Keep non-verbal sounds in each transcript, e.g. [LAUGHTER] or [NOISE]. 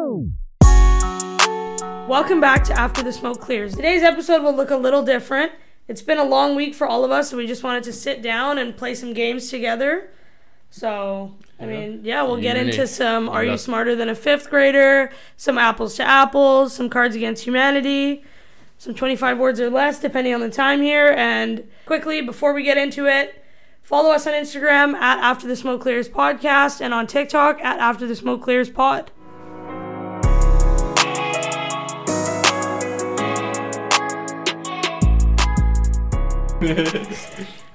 Oh, Welcome back to After the Smoke Clears. Today's episode will look a little different. It's been a long week for all of us, so we just wanted to sit down and play some games together. So, I mean, yeah, we'll get Unity. into some Are You got- Smarter Than a Fifth Grader, some Apples to Apples, some Cards Against Humanity, some 25 words or less, depending on the time here. And quickly, before we get into it, follow us on Instagram at After the Smoke Clears Podcast and on TikTok at After the Smoke Clears Pod.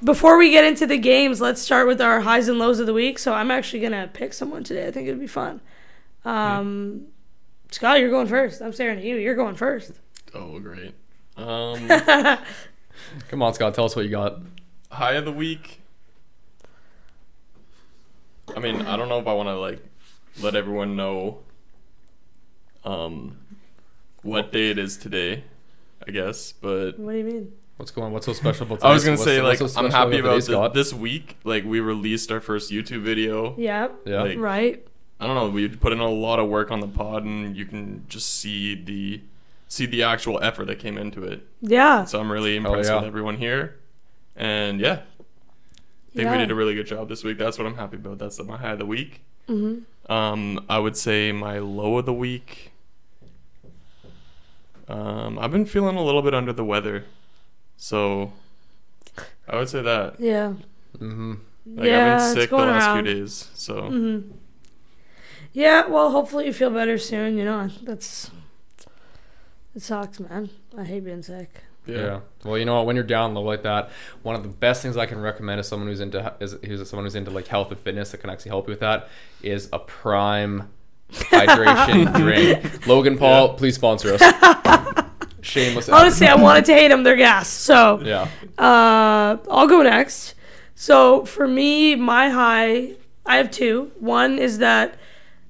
Before we get into the games, let's start with our highs and lows of the week. So I'm actually gonna pick someone today. I think it'd be fun. Um, Scott, you're going first. I'm staring at you. You're going first. Oh, great. [LAUGHS] Um, come on, Scott. Tell us what you got. High of the week. I mean, I don't know if I want to like let everyone know um what day it is today, I guess, but What do you mean? What's going? on? What's so special about? I was going today's- to say like what's- what's so I'm special happy about today's, the, this week like we released our first YouTube video. Yeah. Yeah. like, Right. I don't know, we put in a lot of work on the pod and you can just see the see the actual effort that came into it. Yeah. So I'm really impressed yeah. with everyone here. And yeah, I think yeah. we did a really good job this week. That's what I'm happy about. That's my high of the week. hmm Um, I would say my low of the week. Um, I've been feeling a little bit under the weather, so I would say that. Yeah. Mhm. Like yeah. I've been it's sick the going last around. few days, so hmm Yeah, well, hopefully you feel better soon. You know, that's it sucks, man. I hate being sick. Yeah. Well, you know what? When you're down low like that, one of the best things I can recommend is someone who's into is who's someone who's into like health and fitness that can actually help you with that is a prime [LAUGHS] hydration drink. Logan Paul, please sponsor us. Shameless. ad. Honestly, I wanted to hate them. They're gas. So Yeah. uh, I'll go next. So for me, my high, I have two. One is that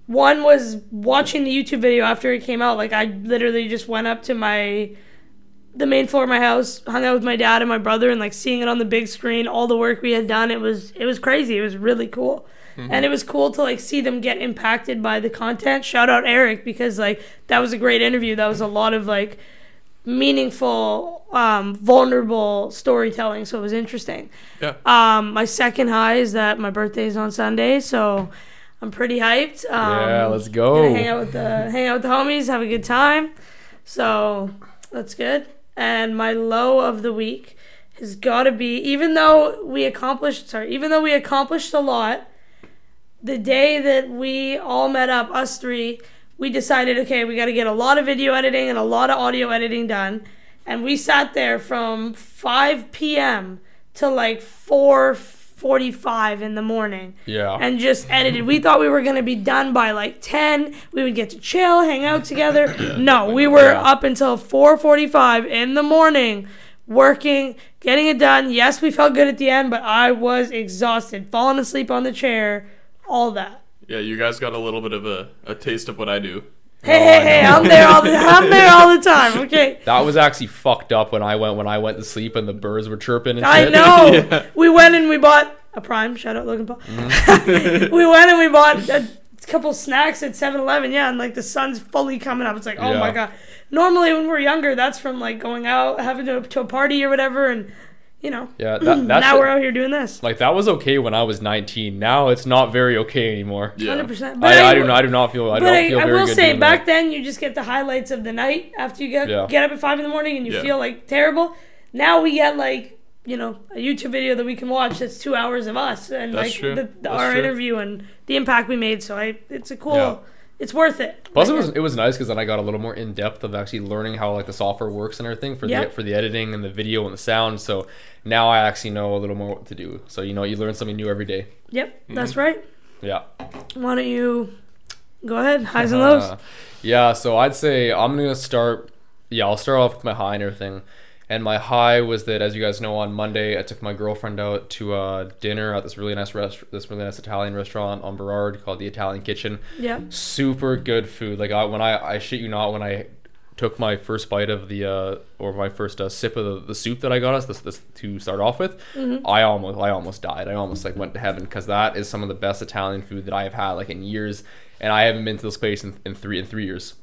one was watching the YouTube video after it came out. Like I literally just went up to my the main floor of my house, hung out with my dad and my brother, and like seeing it on the big screen, all the work we had done. It was it was crazy. It was really cool. Mm-hmm. And it was cool to like see them get impacted by the content. Shout out Eric because like that was a great interview. That was a lot of like meaningful, um, vulnerable storytelling. So it was interesting. yeah. Um, my second high is that my birthday is on Sunday, so I'm pretty hyped. Um, yeah. Let's gonna go. Hang out with the hang out with the homies, have a good time. So that's good. And my low of the week has got to be even though we accomplished sorry, even though we accomplished a lot, the day that we all met up, us three, we decided okay, we got to get a lot of video editing and a lot of audio editing done. And we sat there from 5 p.m. to like 4:45 in the morning Yeah. and just edited. We thought we were gonna be done by like ten. We would get to chill, hang out together. no, we were Yeah. up until four forty-five in the morning, working, getting it done. Yes, we felt good at the end, but I was exhausted, falling asleep on the chair, all that. yeah, you guys got a little bit of a, a taste of what I do. Hey, hey, hey! I'm there all the I'm there all the time. Okay. That was actually fucked up when I went when I went to sleep and the birds were chirping and I shit. know. [LAUGHS] We went and we bought a prime. Shout out Logan Paul. Mm-hmm. [LAUGHS] we went and we bought a couple snacks at 7-Eleven. Yeah, and like the sun's fully coming up. It's like, oh my Yeah. god. Normally when we're younger, that's from like going out, having to to a party or whatever, and you know. Yeah, [LAUGHS] that, that's now we're out here doing this. like that was okay when I was 19. Now it's not very okay anymore. Yeah. Hundred percent. I, I, do not. I do not feel. I But don't I, feel I very will good say, doing back that. then you just get the highlights of the night after you get Yeah. get up at five in the morning and you Yeah. feel like terrible. Now we get like you know a YouTube video that we can watch that's two hours of us and That's like true. The, the, That's our true. interview and the impact we made. So I, it's a cool, Yeah. it's worth it. Plus, it was it was nice because then I got a little more in depth of actually learning how like the software works and everything for Yeah. the for the editing and the video and the sound. So now I actually know a little more what to do. So you know, you learn something new every day. Yep, Mm-hmm. that's right. Yeah. Why don't you [LAUGHS] go ahead, highs and lows? Uh, yeah, so I'd say I'm gonna start. Yeah, I'll start off with my high and everything. And my high was that, as you guys know, on Monday I took my girlfriend out to uh, dinner at this really nice rest, this really nice Italian restaurant on Burrard called the Italian Kitchen. yeah, Super good food. Like I, when I, I shit you not, when I took my first bite of the uh, or my first uh, sip of the, the soup that I got us this, this to start off with, I almost I almost died. I almost like went to heaven because that is some of the best Italian food that I have had like in years, and I haven't been to this place in, in three in three years.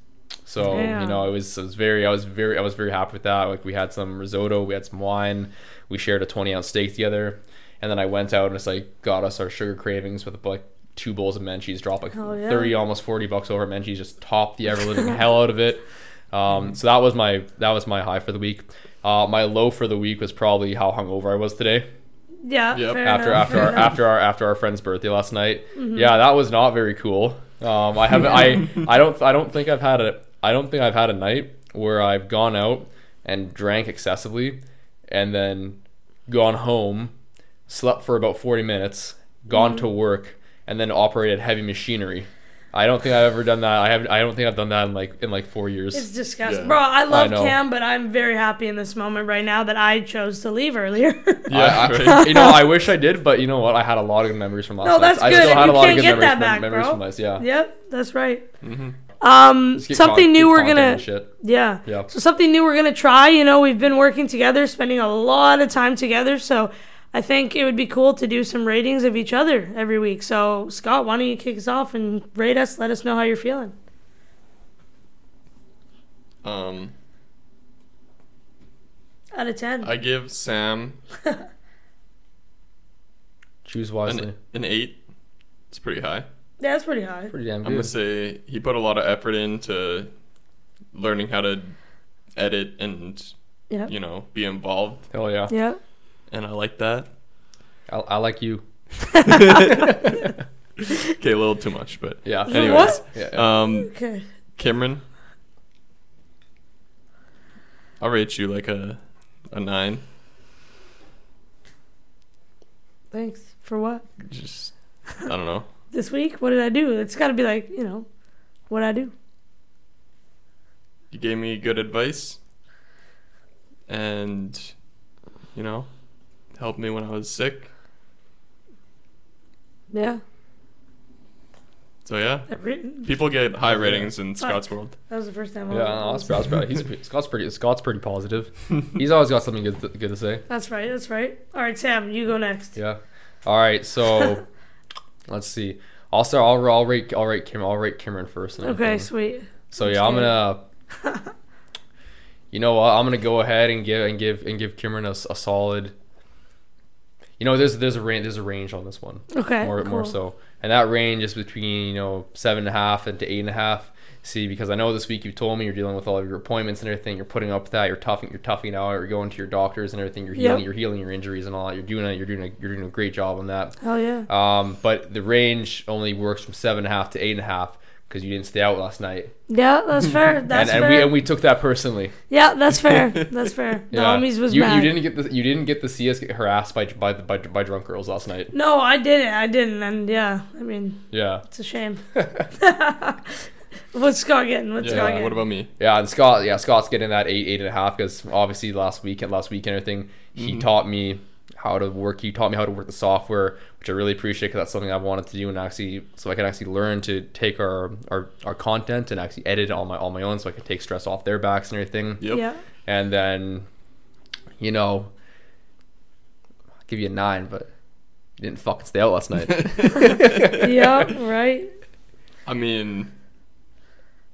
So Yeah. you know, it was it was very I was very I was very happy with that. Like we had some risotto, we had some wine, we shared a twenty ounce steak together, and then I went out and it's like got us our sugar cravings with like two bowls of Menchie's, dropped like Hell yeah. thirty almost forty bucks over at Menchie's, just topped the ever living hell out of it. Um, so that was my that was my high for the week. Uh, my low for the week was probably how hungover I was today Yeah. Yep. fair after enough, after Mm-hmm. fair [LAUGHS] our, enough. after our after our friend's birthday last night. Yeah, that was not very cool. Um, I haven't [LAUGHS] I I don't I don't think I've had a I don't think I've had a night where I've gone out and drank excessively and then gone home, slept for about 40 minutes, gone Mm-hmm. to work and then operated heavy machinery. I don't think I've ever done that. I have I don't think I've done that in like in like 4 years. [LAUGHS] It's disgusting, Yeah. bro. I love know. Cam, but I'm very happy in this moment right now that I chose to leave earlier. [LAUGHS] Yeah, I, right. you know, I wish I did, but you know what? I had a lot of good memories from last No, night. that's I good, still and had you a lot of can't good get memories, that back, memories bro. from last. Yeah. yep, that's right. Um, Mm-hmm. Just get something con- new get we're content gonna and shit. yeah. Yeah. So something new we're gonna try. You know, we've been working together, spending a lot of time together. So I think it would be cool to do some ratings of each other every week. So Scott, why don't you kick us off and rate us? Let us know how you're feeling. Um, Out of ten. I give Sam Choose wisely. an, an eight. It's pretty high. yeah, that's pretty high. Pretty damn I'm gonna good. say he put a lot of effort into learning how to edit and Yeah. you know be involved, Hell yeah. Yeah. and I like that. I, I like you. Okay, a little too much, but Yeah. You Anyways. what? Yeah. yeah. um, Okay. Cameron, I'll rate you like a a nine. Thanks for what Just I don't know. this week? What did I do? It's got to be like you know, what I do. You gave me good advice, and you know, helped me when I was sick. Yeah. So yeah, I've written- people get high ratings in Scott's world. That was the first time. I yeah, no, that's, that's was- pretty, he's pretty, Scott's pretty. Scott's pretty [LAUGHS] positive. He's always got something good to, good to say. That's right. That's right. All right, Sam, you go next. Yeah. All right. [LAUGHS] So, let's see. I'll start. I'll, I'll rate. I'll rate Kim. I'll rate Cameron first. and Okay, everything. sweet. So yeah, I'm Okay. gonna. [LAUGHS] you know what? I'm gonna go ahead and give and give and give Cameron a, s- a solid. You know, there's there's a range there's a range on this one. Okay, More more cool. so, and that range is between you know seven and a half and to eight and a half. See, because I know this week you told me you're dealing with all of your appointments and everything. You're putting up with that. You're toughing. You're toughing out. You're going to your doctors and everything. You're Yep. healing. You're healing your injuries and all that. You're doing it. You're doing a, you're doing a great job on that. Hell yeah. Um, but the range only works from seven and a half to eight and a half because you didn't stay out last night Yeah, that's [LAUGHS] fair. That's and, and fair. we and we took that personally. yeah, that's fair. [LAUGHS] That's fair. The homies was you, mad. you didn't get the you didn't get to see us get harassed by by the by, by drunk girls last night. No, I didn't. I didn't. And yeah, I mean, Yeah, it's [LAUGHS] a shame. [LAUGHS] What's Scott getting? What's Scott Yeah. getting? What about me? yeah, and Scott yeah Scott's getting that eight eight and a half because obviously last weekend last weekend everything he taught me how to work. He taught me how to work the software, which I really appreciate because that's something I wanted to do and actually so I can actually learn to take our our, our content and actually edit it on my on my own so I can take stress off their backs and everything. Yep. Yeah. And then, you know, I'll give you a nine, but you didn't fucking stay out last night. [LAUGHS] [LAUGHS] yeah, right. I mean,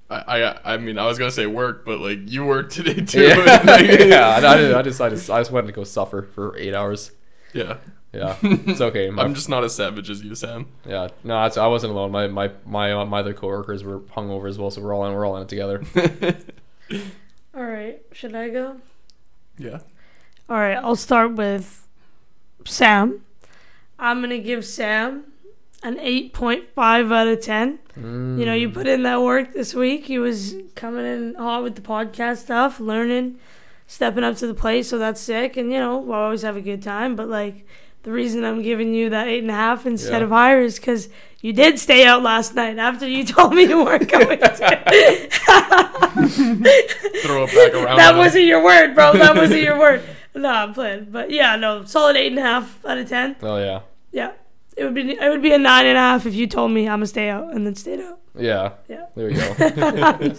I, I I mean, I was gonna say work, but like you worked today too. yeah, [LAUGHS] [LAUGHS] Like, yeah I, I, did- I just, I just, I just wanted to go suffer for eight hours. yeah. [LAUGHS] Yeah, it's okay. My, I'm just not as savage as [LAUGHS] you, Sam. yeah, no, that's, I wasn't alone. My, my, my, uh, my other coworkers were hungover as well, so we're all in, we're all in it [LAUGHS] together. All right. Should I go? Yeah. All right. I'll start with Sam. I'm going to give Sam an 8.5 out of 10. You know, you put in that work this week. He was coming in hot with the podcast stuff, learning, stepping up to the plate. So that's sick. And, you know, we'll always have a good time. But, like, the reason I'm giving you that eight and a half instead Yeah. of higher is because you did stay out last night after you [LAUGHS] told me you weren't going to. Throw it back around. that on wasn't your word, bro. That wasn't your word. No, I'm playing. But, yeah, no, solid eight and a half out of 10. Oh yeah, Yeah. It would be it would be a nine and a half if you told me I'm gonna stay out and then stayed out. yeah, Yeah. [LAUGHS] There we go.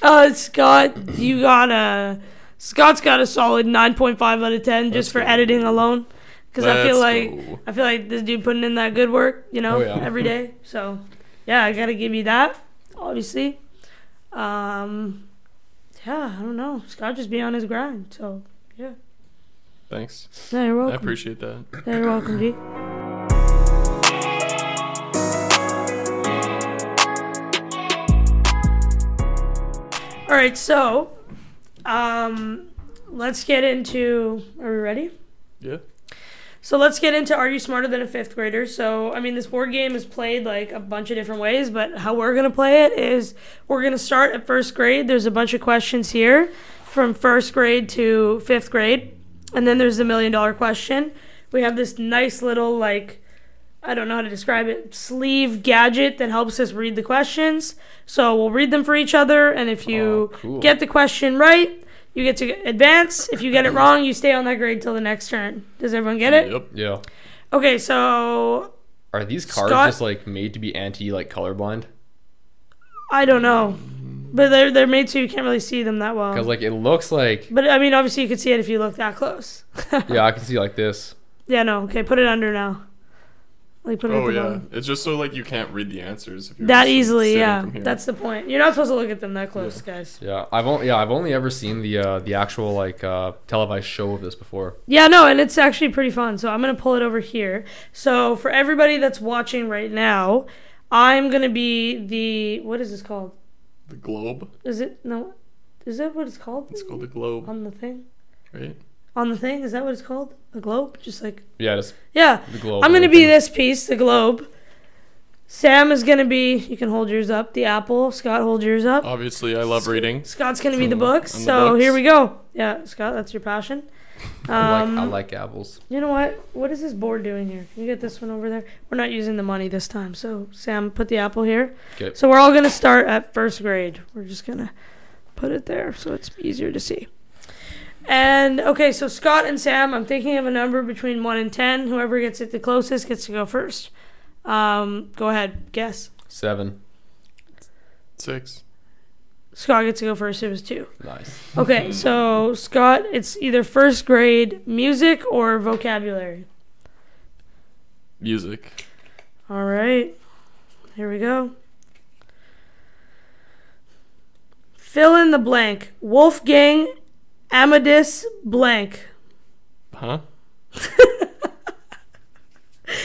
Uh, Scott, you got a Scott's got a solid nine point five out of ten just Let's for go. editing alone. Because I feel Let's like go. I feel like this dude putting in that good [LAUGHS] work, you know, Oh, yeah. every day. So yeah, I gotta give you that. Obviously, Um, yeah, I don't know. Scott just be on his grind. So yeah, [LAUGHS] Thanks. no, you're I welcome. appreciate that. No, you're welcome, G. All right, so um, let's get into. Are we ready? Yeah. So let's get into Are You Smarter Than a Fifth Grader? So, I mean, this board game is played like a bunch of different ways, but how we're going to play it is we're going to start at first grade. There's a bunch of questions here from first grade to fifth grade. And then there's the million dollar question. We have this nice little, like, I don't know how to describe it, sleeve gadget that helps us read the questions. So we'll read them for each other. And if you Oh, cool. get the question right, you get to advance. If you get it wrong, you stay on that grade till the next turn. Does everyone get it? Yep. Yeah. Okay, so Are these cards Scott- just like made to be anti like colorblind? I don't know, but they're they're made so you can't really see them that well. Because like it looks like but I mean, obviously you could see it if you look that close. [LAUGHS] yeah, I can see like this. Yeah, no. Okay, put it under now. Like put it. at Oh the yeah. bottom. It's just so like you can't read the answers if you're That just easily, staring yeah. from here. That's the point. You're not supposed to look at them that close, guys. Yeah, I've only yeah I've only ever seen the uh, the actual like uh, televised show of this before. Yeah, no, and it's actually pretty fun. So I'm gonna pull it over here. So for everybody that's watching right now, I'm gonna be the what is this called? the globe. Is it no? Is that what it's called? It's called the globe, on the thing. right? On the thing. Is that what it's called? A globe? Just like Yeah, just yeah. the globe. I'm gonna and be everything. this piece, the globe. Sam is gonna be. You can hold yours up. The apple. Scott, hold yours up. Oh. Obviously, I love reading. Scott's gonna be the I'm- books. I'm the so books. here we go. Yeah, Scott, that's your passion. [LAUGHS] I Um, like, I like apples. You know what? What is this board doing here? Can you get this one over there? We're not using the money this time. So Sam, put the apple here. 'Kay. So we're all gonna start at first grade. We're just gonna put it there so it's easier to see. And okay, so Scott and Sam, I'm thinking of a number between one and ten. Whoever gets it the closest gets to go first. Um, go ahead, guess. Seven, Six. Scott gets to go first. It was two. nice. Okay, so Scott, it's either first grade music or vocabulary. Music. All right. Here we go. Fill in the blank. Wolfgang Amadeus blank. Huh? [LAUGHS]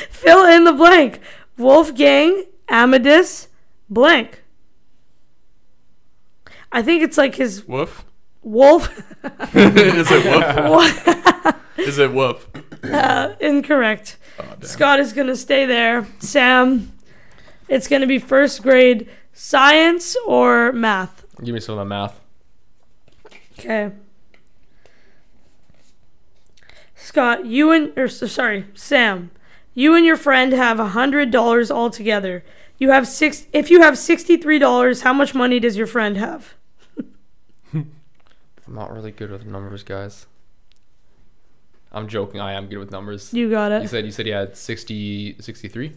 Fill in the blank. Wolfgang Amadeus blank. I think it's like his [LAUGHS] Woof. [LAUGHS] wolf. Is it [LAUGHS] woof? Is it woof? uh, incorrect. Oh, damn. Scott is going to stay there. Sam, it's going to be first grade science or math. Give me some of the math. Okay. Scott, you and or s- sorry, Sam, you and your friend have a hundred dollars altogether. You have six. If you have sixty-three dollars, how much money does your friend have? I'm not really good with numbers, guys. I'm joking. I am good with numbers. You got You it. said you said you had 60, 63?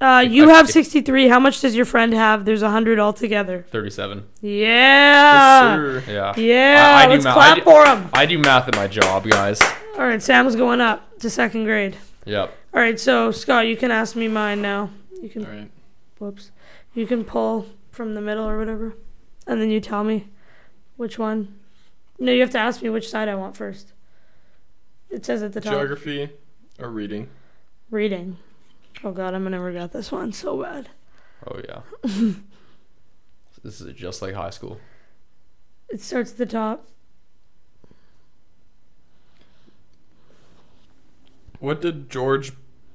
Uh, if you I- have if- sixty-three. How much does your friend have? There's a hundred altogether. 37. Yeah. Yes, sir. Yeah. Yeah. I- I do Let's ma- I clap do- for him. I do math at my job, guys. All right, Sam's going up to second grade. Yep. All right, so Scott, you can ask me mine now. You can All right. Whoops. You can pull from the middle or whatever. And then you tell me which one. No, you have to ask me which side I want first. It says at the top. Geography or reading? Reading. Oh god, I'm gonna regret this one so bad. Oh yeah. [LAUGHS] this is just like high school. It starts at the top. What did George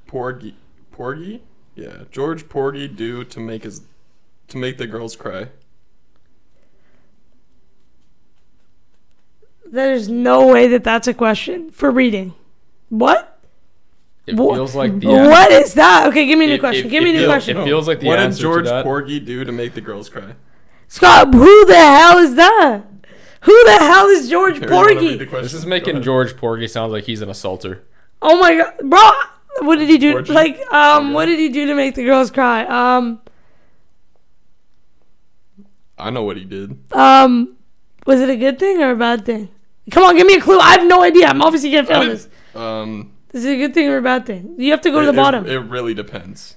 Porgy Porgy? Yeah, George Porgy do to make his to make the girls cry? There's no way that that's a question for reading. What? It Wha- feels like the [LAUGHS] What is that? Okay, give me a new It- question. it- give me it a new feels- question. it feels like the what did answer George to that. Porgy do to make the girls cry? Scott, who the hell is that? Who the hell is George Here, you wanna read the Porgy? question? This is Go making ahead. George Porgy sound like he's an assaulter. Oh my god, bro! What did he do? Orgy? Like, um, what did he do to make the girls cry? Um, I know what he did. um, was it a good thing or a bad thing? Come on, give me a clue. I have no idea. I'm obviously gonna fail I this. didn't- Um, Is it a good thing or a bad thing? You have to go to it- the bottom. It, it really depends.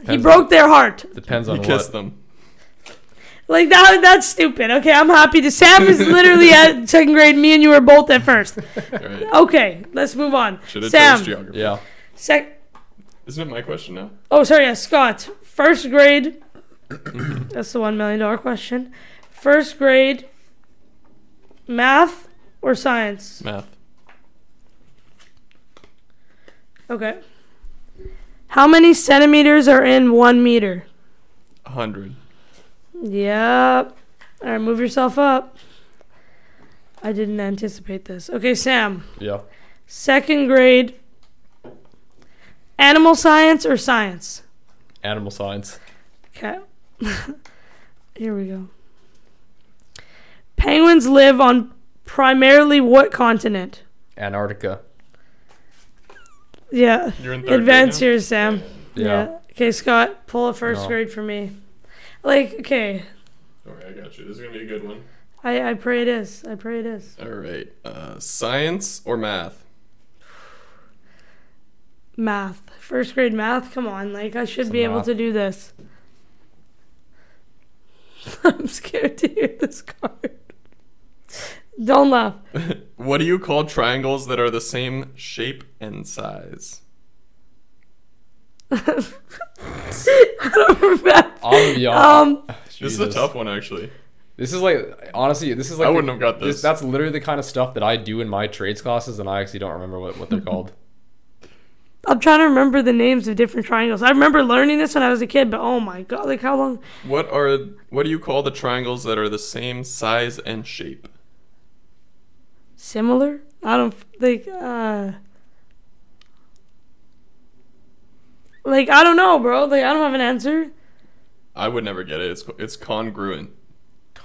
he Depends broke their heart. Depends You on what. kissed them. Like that that's stupid. Okay, I'm happy to Sam [LAUGHS] is literally at second grade. Me and you were both at first. [LAUGHS] Right. Okay, let's move on. Should have Oh, Sam, chose geography. Yeah. sec Isn't it my question now? Oh sorry, yeah, Scott. First grade That's the one million dollar question. First grade math or science? Math. Okay. How many centimeters are in one meter? 100. Yep. All right, move yourself up. I didn't anticipate this. Okay, Sam. Yeah. Second grade. Animal science or science? Animal science. Okay. [LAUGHS] Here we go. Penguins live on primarily what continent? Antarctica. Yeah. You're in third Advance grade yours, Sam. Yeah. Okay, Scott, pull a first No. grade for me. Like, okay. now? Okay, I got you. This is going to be a good one. I, I pray it is. I pray it is. All right. Uh, science or math? Math. First grade math? Come on. Like, I should Some be able math. to do this. [LAUGHS] I'm scared to hear this card. Don't laugh. [LAUGHS] What do you call triangles that are the same shape and size? I don't remember. I'll be honest. Um, [LAUGHS] This is a tough one, actually. This is like honestly, this is like I the- wouldn't have got this. That's literally the kind of stuff that I do in my trades classes, and I actually don't remember what, [LAUGHS] what they're called. I'm trying to remember the names of different triangles. I remember learning this when I was a kid, but oh my god, like how long? What are what do you call the triangles that are the same size and shape? Similar? I don't think. Uh, like I don't know, bro. Like I don't have an answer. I would never get it. It's it's congruent.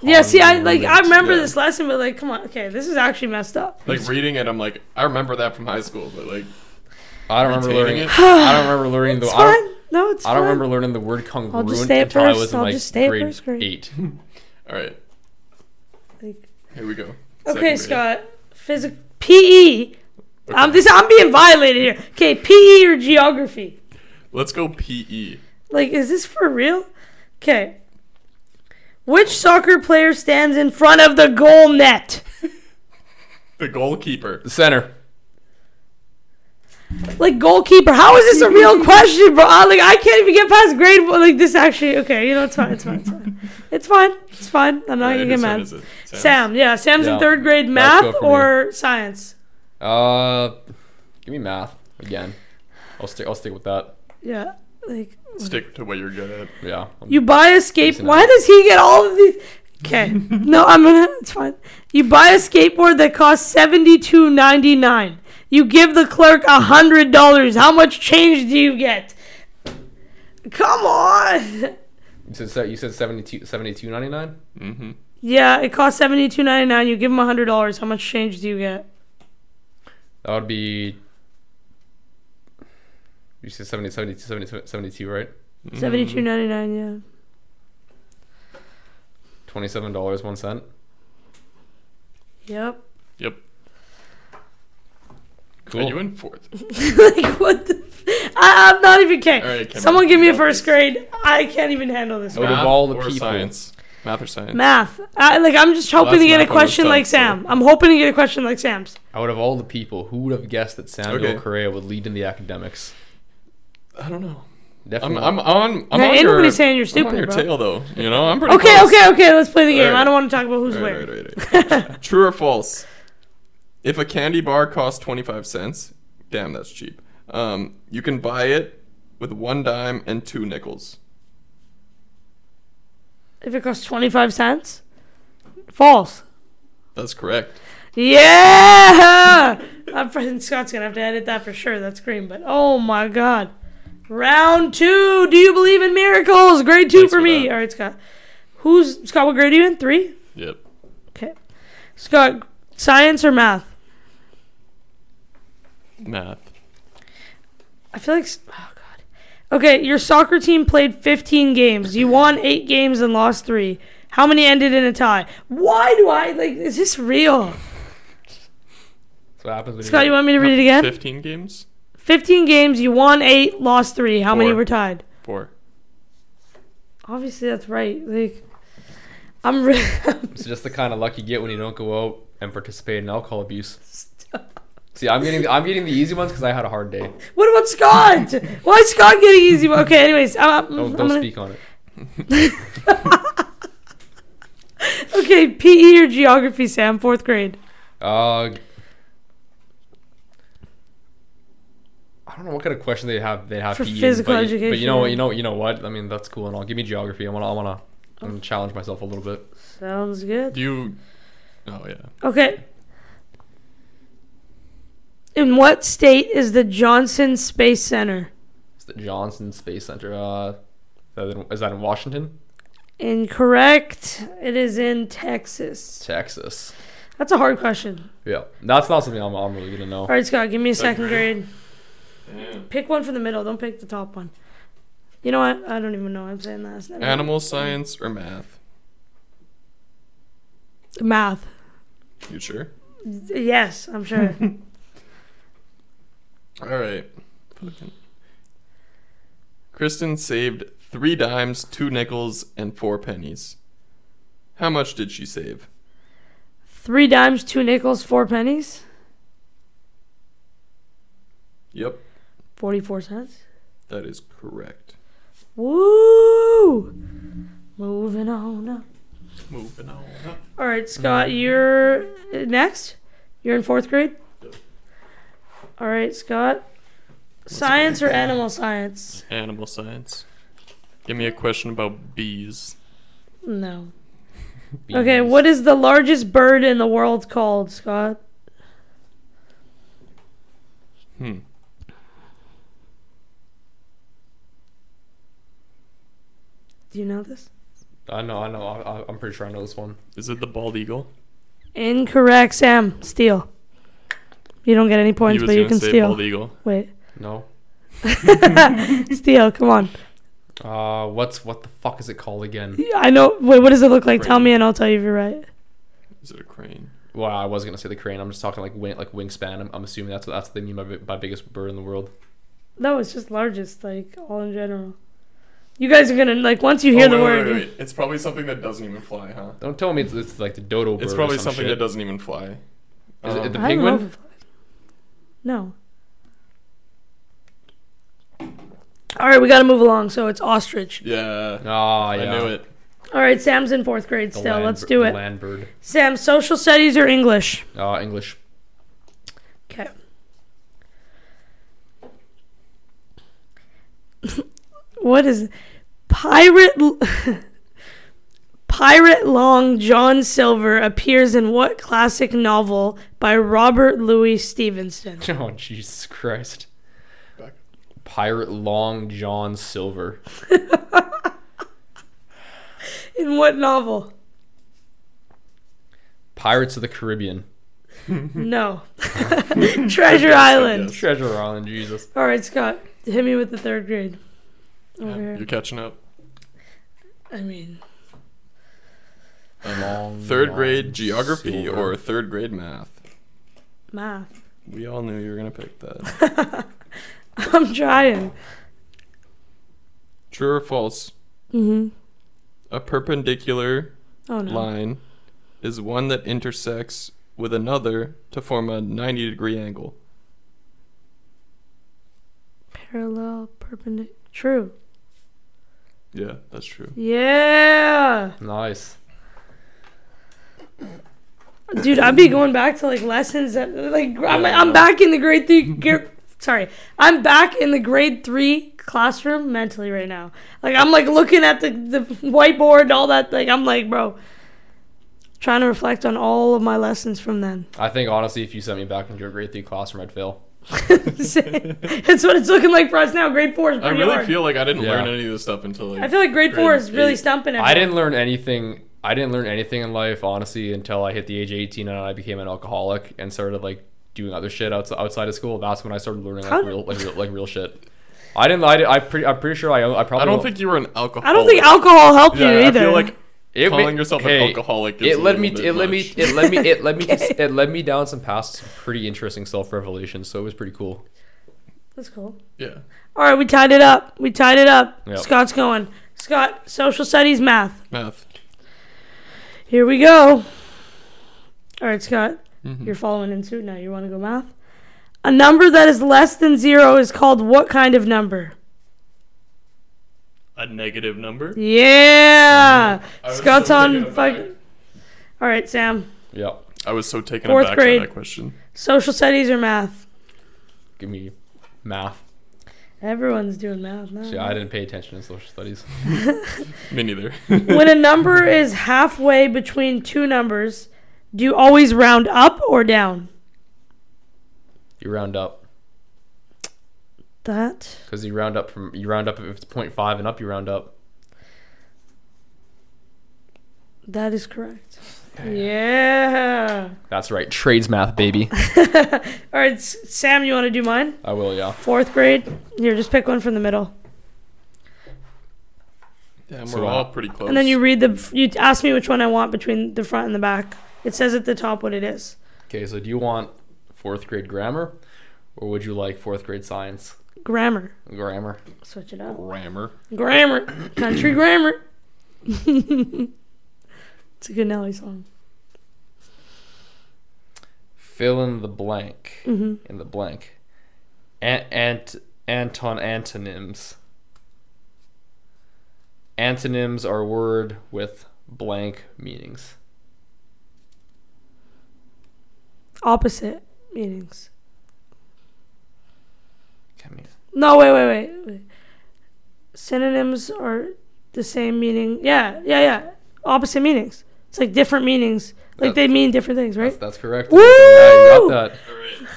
Yeah, see, I like I remember yeah. this lesson, but like, come on, okay, this is actually messed up. Like reading it, I'm like, I remember that from high school, but like I don't remember retaining learning. it? I don't remember learning the. It's I fine. don't, No, it's I don't fine. remember learning the word congruent stay at until I first. was in I'll like just stay at grade, first grade. eight. [LAUGHS] all right, Like- here we go. Second okay, grade. Scott, physics, PE. I'm this. I'm being violated here. Okay, PE or geography? Let's go E. PE. Like, is this for real? Okay. Which soccer player stands in front of the goal net? The goalkeeper. The center. Like goalkeeper. How is this a real question, bro? I- Like I can't even get past grade one. Like this actually. Okay, you know it's fine. It's fine. It's fine. It's fine. It's fine. I'm not Right, gonna get whose hand mad. is it? Sam's? Sam. Yeah, Sam's in Yeah. third grade That's math good for or science. Uh, give me math again. I'll stick. I'll stick with that. Yeah. Like Stick to what you're good at. Yeah. Um, I'm- you buy a skate. Decent Why enough. does he get all of these? Okay. no, I'm gonna. It's fine. You buy a skateboard that costs seventy two ninety nine. You give the clerk a hundred dollars. How much change do you get? Come on. you said se- you said 72 72.99? Mm-hmm. Yeah, it costs seventy two ninety nine. You give him a hundred dollars. How much change do you get? That would be. You said 70, 70, 70, 72, right? Mm-hmm. Seventy two ninety nine. Yeah. Twenty-seven dollars one cent. Yep. [LAUGHS] Yep. Cool. Are you in fourth? like what? The f- I, I'm not even kidding. All right, Cameron, Someone give me a you got first this. grade. I can't even handle this. Out one. of Math all the or people. science? Math or science? Math. I, like I'm just hoping to that's get a math on this question stuff, like so- Sam. I'm hoping to get a question like Sam's. Out of all the people, who would have guessed that Samuel Okay. Correa would lead in the academics? I don't know. I'm Definitely. I'm on I'm Now, on ain't your, nobody saying you're I'm stupid, on your bro. tail though. You know I'm pretty. Okay, close. okay, okay. Let's play the game. Alright. I don't want to talk about who's All where. right, all right, all [LAUGHS] right, all right. True or false? If a candy bar costs 25 cents, damn, that's cheap. Um, you can buy it with one dime and two nickels. If it costs 25 cents, false. That's correct. Yeah. I'm friend Scott's gonna have to edit that for sure. That's green, but oh my god. Round two. Do you believe in miracles? Grade two Thanks for for me. that. All right, Scott. Who's Scott? What grade are you in? Three. Yep. Okay. Scott, science or math? Math. I feel like. s- Oh, God. Okay, your soccer team played 15 games. You won eight games and lost three. How many ended in a tie? Why do I. Like, is this real? That's what happens when Scott, you you want me to read it again? 15 games? 15 games, you won eight, lost three. How many Four. were tied? Four. Obviously, that's right. Like, [LAUGHS] I'm really. It's just the kind of luck you get when you don't go out and participate in alcohol abuse. See, I'm getting I'm getting the easy ones because I had a hard [LAUGHS] day. what about Scott? Why is Scott getting easy? Okay, anyways, I'm, I'm, Don't I'm don't gonna- speak on it. [LAUGHS] Okay, PE or geography, Sam, fourth grade. Uh, I don't know what kind of question they have. They have For to use, physical but, you- But education, you know what? yeah. You know. You know what? I mean, that's cool and all. Give me geography. I wanna. I wanna. I'm gonna challenge myself a little bit. Sounds good. Do you? Oh yeah. Okay. In what state is the Johnson Space Center? It's the Johnson Space Center. Uh, is that in- is that in Washington, Incorrect. It is in Texas. Texas? That's a hard question. Yeah, that's not something I'm, I'm really gonna know. All right, Scott, give me a second grade. Agreed. Pick one from the middle. Don't pick the top one. You know what? I don't even know. why I'm saying that. It's never- Animal science or math? Math. You sure? Yes, I'm [LAUGHS] sure. All right. Fucking. Kristen saved three dimes, two nickels, and four pennies. How much did she save? Three dimes, two nickels, four pennies, Yep, forty-four cents. that is correct. Woo! Moving on up. Moving on. All right, Scott, you're uh, next. You're in fourth grade. All right, Scott. Science or animal science? Animal science. Give me a question about bees. No. Okay, what is the largest bird in the world called, Scott? Hmm. Do you know this? I know. I know. I, I- I'm pretty sure I know this one. Is it the bald eagle? Incorrect, Sam. Steal. You don't get any points, but you can steal. eagle. Wait. [LAUGHS] No. steal, come on. Uh, what's what the fuck is it called again? I know. Wait, what does it look like? Tell me and I'll tell you if you're right. Is it a crane? Well, I was gonna say the crane. I'm just talking like wing, like wingspan. I'm, I'm assuming that's what that's what they mean by, bi- by biggest bird in the world. No, it's just largest, like all in general. You guys are gonna like once Oh, you hear Oh, the word. you- It's probably something that doesn't even fly, huh? Don't tell me it's, it's like the dodo bird. It's or probably some something shit. that doesn't even fly. Is it Um, the I don't know penguin? if it flies. No. All right, we gotta move along. So it's ostrich. yeah, Ah, I yeah. knew it. All right, Sam's in fourth grade The still. land Let's bir- do the it. Land bird. Sam, social studies or English? Uh, English. [LAUGHS] Okay. [LAUGHS] what is pirate? L- [LAUGHS] pirate Long John Silver appears in what classic novel by Robert Louis Stevenson? Oh Jesus Christ! Back. Pirate Long John Silver. In what novel? Pirates of the Caribbean. No. [LAUGHS] Treasure Island. Treasure Island. Jesus. All right, Scott, hit me with the third grade. Yeah, Over Uh, You're here. catching up. I mean, Long Third John grade geography Silver. or third grade math? math. [LAUGHS] We all knew you were gonna pick that. I'm trying. [LAUGHS] True or false? hmm A perpendicular Oh no. line is one that intersects with another to form a 90 degree angle. Parallel, perpendicular. True. Yeah, that's true. Yeah. Nice. Dude, I'd Mm. be going back to like lessons that like I'm, I'm back in the grade three. gr- Sorry, I'm back in the grade three classroom mentally right now. Like I'm like looking at the the whiteboard, all that. Like I'm like, bro, trying to reflect on all of my lessons from then. [LAUGHS] I think honestly, if you sent me back into a grade three classroom, I'd fail. it's what it's looking like for us now. Grade four is I pretty really hard. feel like I didn't Yeah. learn any of this stuff until like I feel like grade, four grade is really eight. stumping. I everyone. didn't learn anything. I didn't learn anything in life, honestly, until I hit the age of 18 and I became an alcoholic and started like doing other shit outside, outside of school. That's when I started learning How like did- real, like real, like real shit. I didn't. I, did- I pretty, I'm pretty sure I. I probably. I don't won't- think you were an alcoholic. I don't think alcohol helped yeah, you either. I feel like it, ma- calling yourself hey, an alcoholic is It a led little me. bit It led me. much. It led me. It led me. It led me down some paths. Some pretty interesting self revelations. So it was pretty cool. That's cool. Yeah. All right, we tied it up. We tied it up. Yep. Scott's going. Scott, social studies, math. Math. Here we go. All right, Scott, Mm-hmm. you're following in suit now. You want to go math? A number that is less than zero is called what kind of number? A negative number. Yeah. Mm-hmm. was Scott's so on. taken fuck- aback. All right, Sam. Yep. I was so taken Fourth aback grade. by that question. Social studies or math? Give me math. Everyone's doing math now. See, I didn't pay attention in social studies. Me neither. [LAUGHS] when a number is halfway between two numbers, do you always round up or down? You round up That. because you round up from you round up if it's 0.5 and up, you round up. That is correct. Yeah. That's right. Trades math, baby. All right, S- Sam, you want to do mine? I will, yeah. Fourth grade. Here, just pick one from the middle, Damn, So, we're uh, all pretty close. and then you read the. You ask me which one I want between the front and the back. It says at the top what it is. Okay, so do you want fourth grade grammar, or would you like fourth grade science Grammar. grammar? Switch it up. Rammer. Grammar. Country grammar. [LAUGHS] it's a good Nelly song. Fill in the blank. hmm In the blank. An- ant- Anton antonyms. Antonyms are word with blank meanings. Opposite meanings. Come here. No, wait, wait, wait, wait. Synonyms are the same meaning. Yeah, yeah, yeah. Opposite meanings. It's like different meanings. Like they mean different things, right? That's, that's correct. Woo! Yeah, you got that. All right.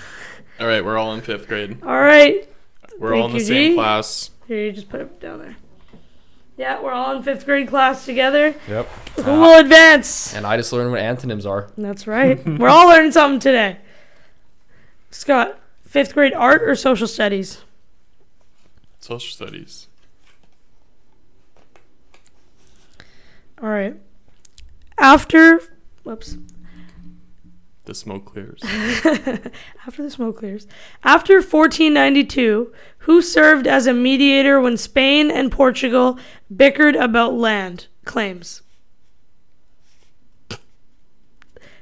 All right, we're all in fifth grade. All right. We're Thank all in the you, same G. class. Here, you just put it down there. Yeah, we're all in fifth grade class together. Yep. Who will advance? And I just learned what antonyms are. That's [LAUGHS] right. we're all learning something today. Scott, fifth grade art or social studies? Social studies. All right. After, whoops. The [LAUGHS] smoke clears. After the smoke clears. After 1492, who served as a mediator when Spain and Portugal bickered about land claims?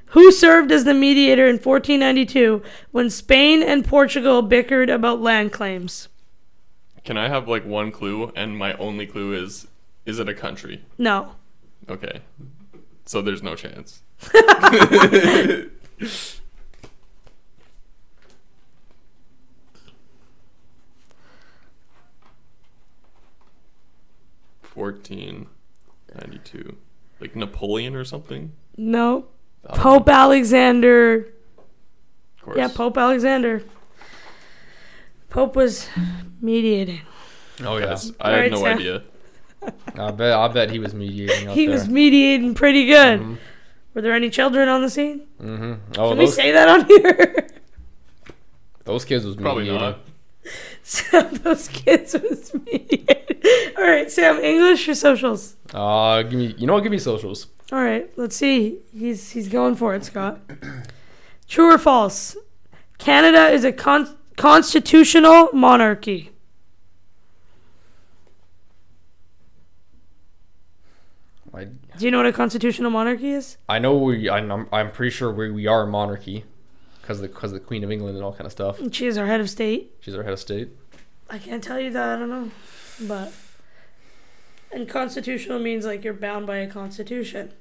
Who served as the mediator in 1492 when Spain and Portugal bickered about land claims? Can I have like one clue? And my only clue is is it a country? No. Okay. So there's no chance. [LAUGHS] Fourteen ninety two. Like Napoleon or something? No. Pope Alexander. Of course. Yeah, Pope Alexander. Pope was mediating. Oh Yes, I All had right, no Sam. idea. I bet I bet he was mediating up He there. was mediating pretty good. Mhm. Were there any children on the scene? hmm Oh, Can we those, say that on here? [LAUGHS] those kids was Probably mediating. not. Sam, those kids was me. All right, Sam, English or socials? Uh, give me. You know what? Give me socials. All right, let's see. He's he's going for [CLEARS THROAT] it, Scott. True or false? Canada is a con- constitutional monarchy. I, Do you know what a constitutional monarchy is? I know we. I, I'm. I'm pretty sure we, we are a monarchy, because the because the Queen of England and all kind of stuff. She is our head of state. She's our head of state. [LAUGHS] I can't tell you that. I don't know, but and constitutional means like you're bound by a constitution.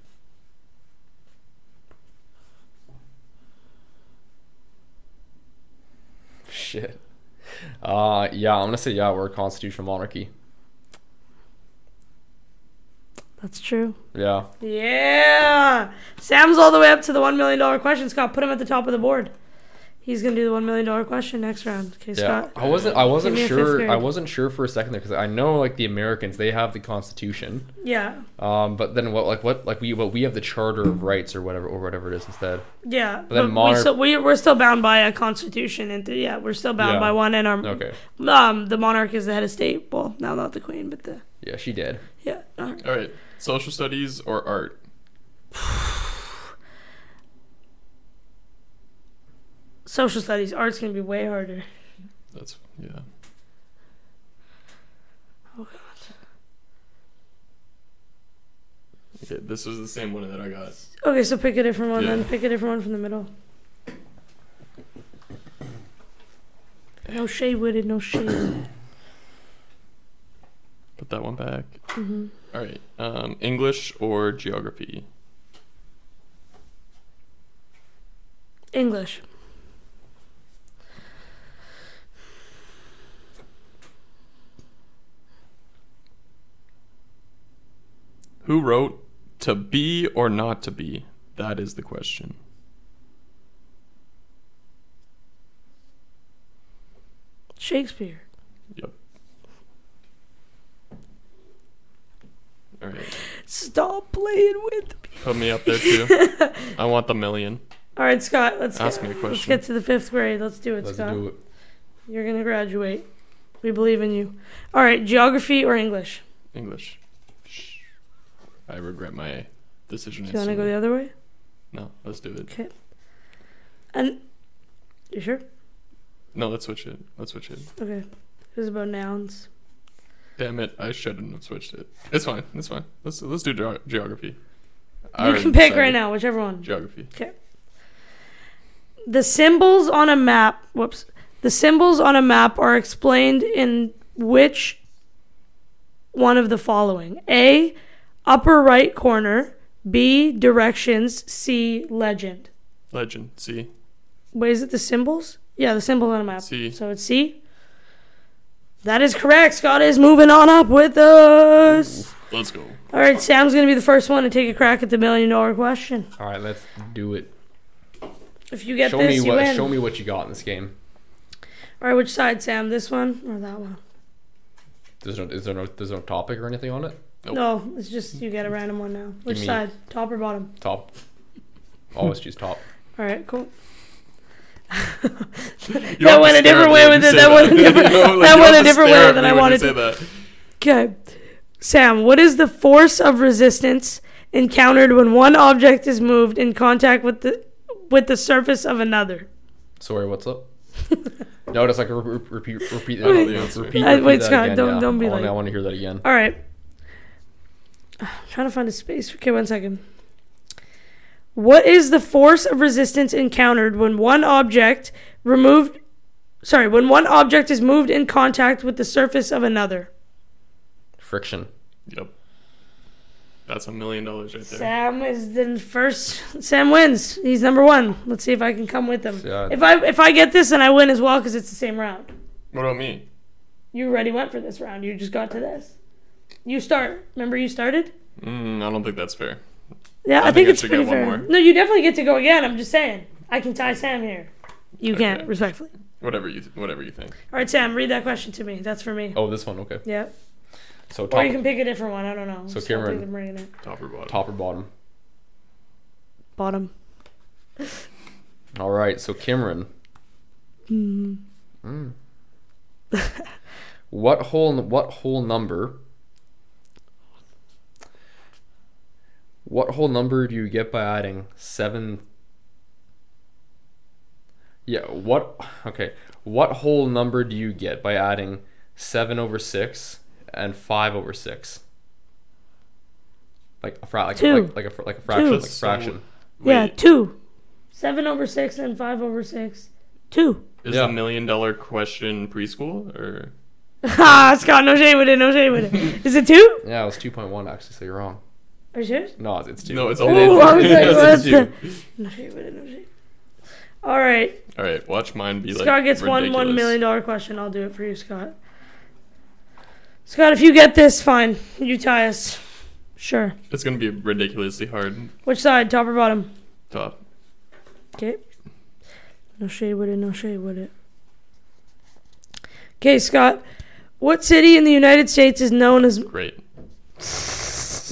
Shit. Uh, yeah. I'm gonna say yeah. We're a constitutional monarchy. That's true. Yeah. Yeah. Sam's all the way up to the $1 million question. Scott, put him at the top of the board. He's going to do the $1 million question next round. Okay, Yeah. Scott. I wasn't. I wasn't me a fifth sure. grade. I wasn't sure for a second there because I know like the Americans they have the Constitution. Yeah. Um, but then what? Like what? Like we? What we have the Charter of Rights or whatever or whatever it is instead. Yeah. But then we monarch- still, we, we're still bound by a constitution. and th- Yeah, we're still bound Yeah. by one. And our, Okay. um, the monarch is the head of state. Well, now not the queen, but the. Yeah. She did. Yeah. all right. All right. Social studies or art? Social studies. Art's going to be way harder. That's yeah. Oh god. Okay, this was the same one that I got. Okay, so pick a different one then. Yeah. Pick a different one from the middle. No shade witted, no shade. Put that one back. hmm All right. Um, English or geography? English. Who wrote "To Be or Not to Be"? That is the question. Shakespeare. Yep. All right. Stop playing with me. Put me up [LAUGHS] there too. I want the million. All right, Scott, let's Ask get, me a let's question. get to the fifth grade. Let's do it, Let's Scott. do it. You're going to graduate. We believe in you. All right, geography or English? English. Shh. I regret my decision. Do you want to go the instantly. other way? No, let's do it. Okay. And you sure? No, let's switch it. Let's switch it. Okay. It was about nouns. Damn it! I shouldn't have switched it. It's fine. It's fine. Let's let's do geog- geography. I you already can pick right decided. now, whichever one. Geography. The symbols on a map. Whoops. The symbols on a map are explained in which one of the following: A, upper right corner; B, directions; C, legend. Legend. C. Wait, is it the symbols? Yeah, the symbols on a map. C. So it's C. That is correct. Scott is moving on up with us. Let's go. All right, Sam's gonna be the first one to take a crack at the million dollar question. All right, let's do it. If you get show this, me you what win. show me what you got in this game. All right, which side, Sam? This one or that one? There's no is there no there's no topic or anything on it. Nope. No, it's just you get a random one now. Which me- side, top or bottom? Top. Always choose top. All right, cool. You That went a different way with it. That went [LAUGHS] a different- [LAUGHS] that went a different way than I wanted to. to. say that. Okay, Sam, what is the force of resistance encountered when one object is moved in contact with the with the surface of another? Sorry, what's [LAUGHS] up? no, just like re- re- repeat repeat that. I know the answer. Repeat, Uh, repeat wait, that Scott, again, don't- yeah. don't be I wanna- like- I want to hear that again. All right. [SIGHS] trying to find a space. Okay, one second. What is the force of resistance encountered when one object removed sorry, when one object is moved in contact with the surface of another? Friction. Yep. That's a million dollars right there. Sam is the first Sam wins. He's number 1. Let's see if I can come with him. Yeah. If I if I get this then I win as well cuz it's the same round. What about me? You already went for this round. You just got to this. You start. Remember you started? Mm, I don't think that's fair. Yeah, I, I think, think I it's should pretty get one fair. more. No, you definitely get to go again. I'm just saying. I can tie Sam here. You can't, Okay. respectfully. Whatever you whatever you think. All right, Sam, read that question to me. That's for me. Oh, this one. Okay. Yeah. So Oh. Or you top, can pick a different one. I don't know. So Just don't Cameron- think I'm bringing it. Top or bottom? top or bottom. Bottom. All right. So Cameron, Mm. what whole what whole number? What whole number do you get by adding seven? Yeah. What? Okay. What whole number do you get by adding seven over six and five over six? Like a fra- like, Two. like like a fr- like a fraction Two. like a fraction. Yeah, Wait, two. Seven over six and five over six. Two. is Yeah. the million dollar question preschool or? Ha! Scott, no shade with it. No shade with it. Is it two? Yeah, it was two point one actually. So you're wrong. Are you serious? No, it's it's two. No, it's Ooh, all. I [LAUGHS] was like, It's what a two. the- No shade with it. No shade. All right. All right, watch mine be like. Scott gets one ridiculous. one million dollar question. I'll do it for you, Scott. Scott, if you get this, fine. You tie us. Sure. It's gonna be ridiculously hard. Which side, top or bottom? Top. Okay. No shade with it. No shade with it. Okay, Scott. What city in the United States is known as Great.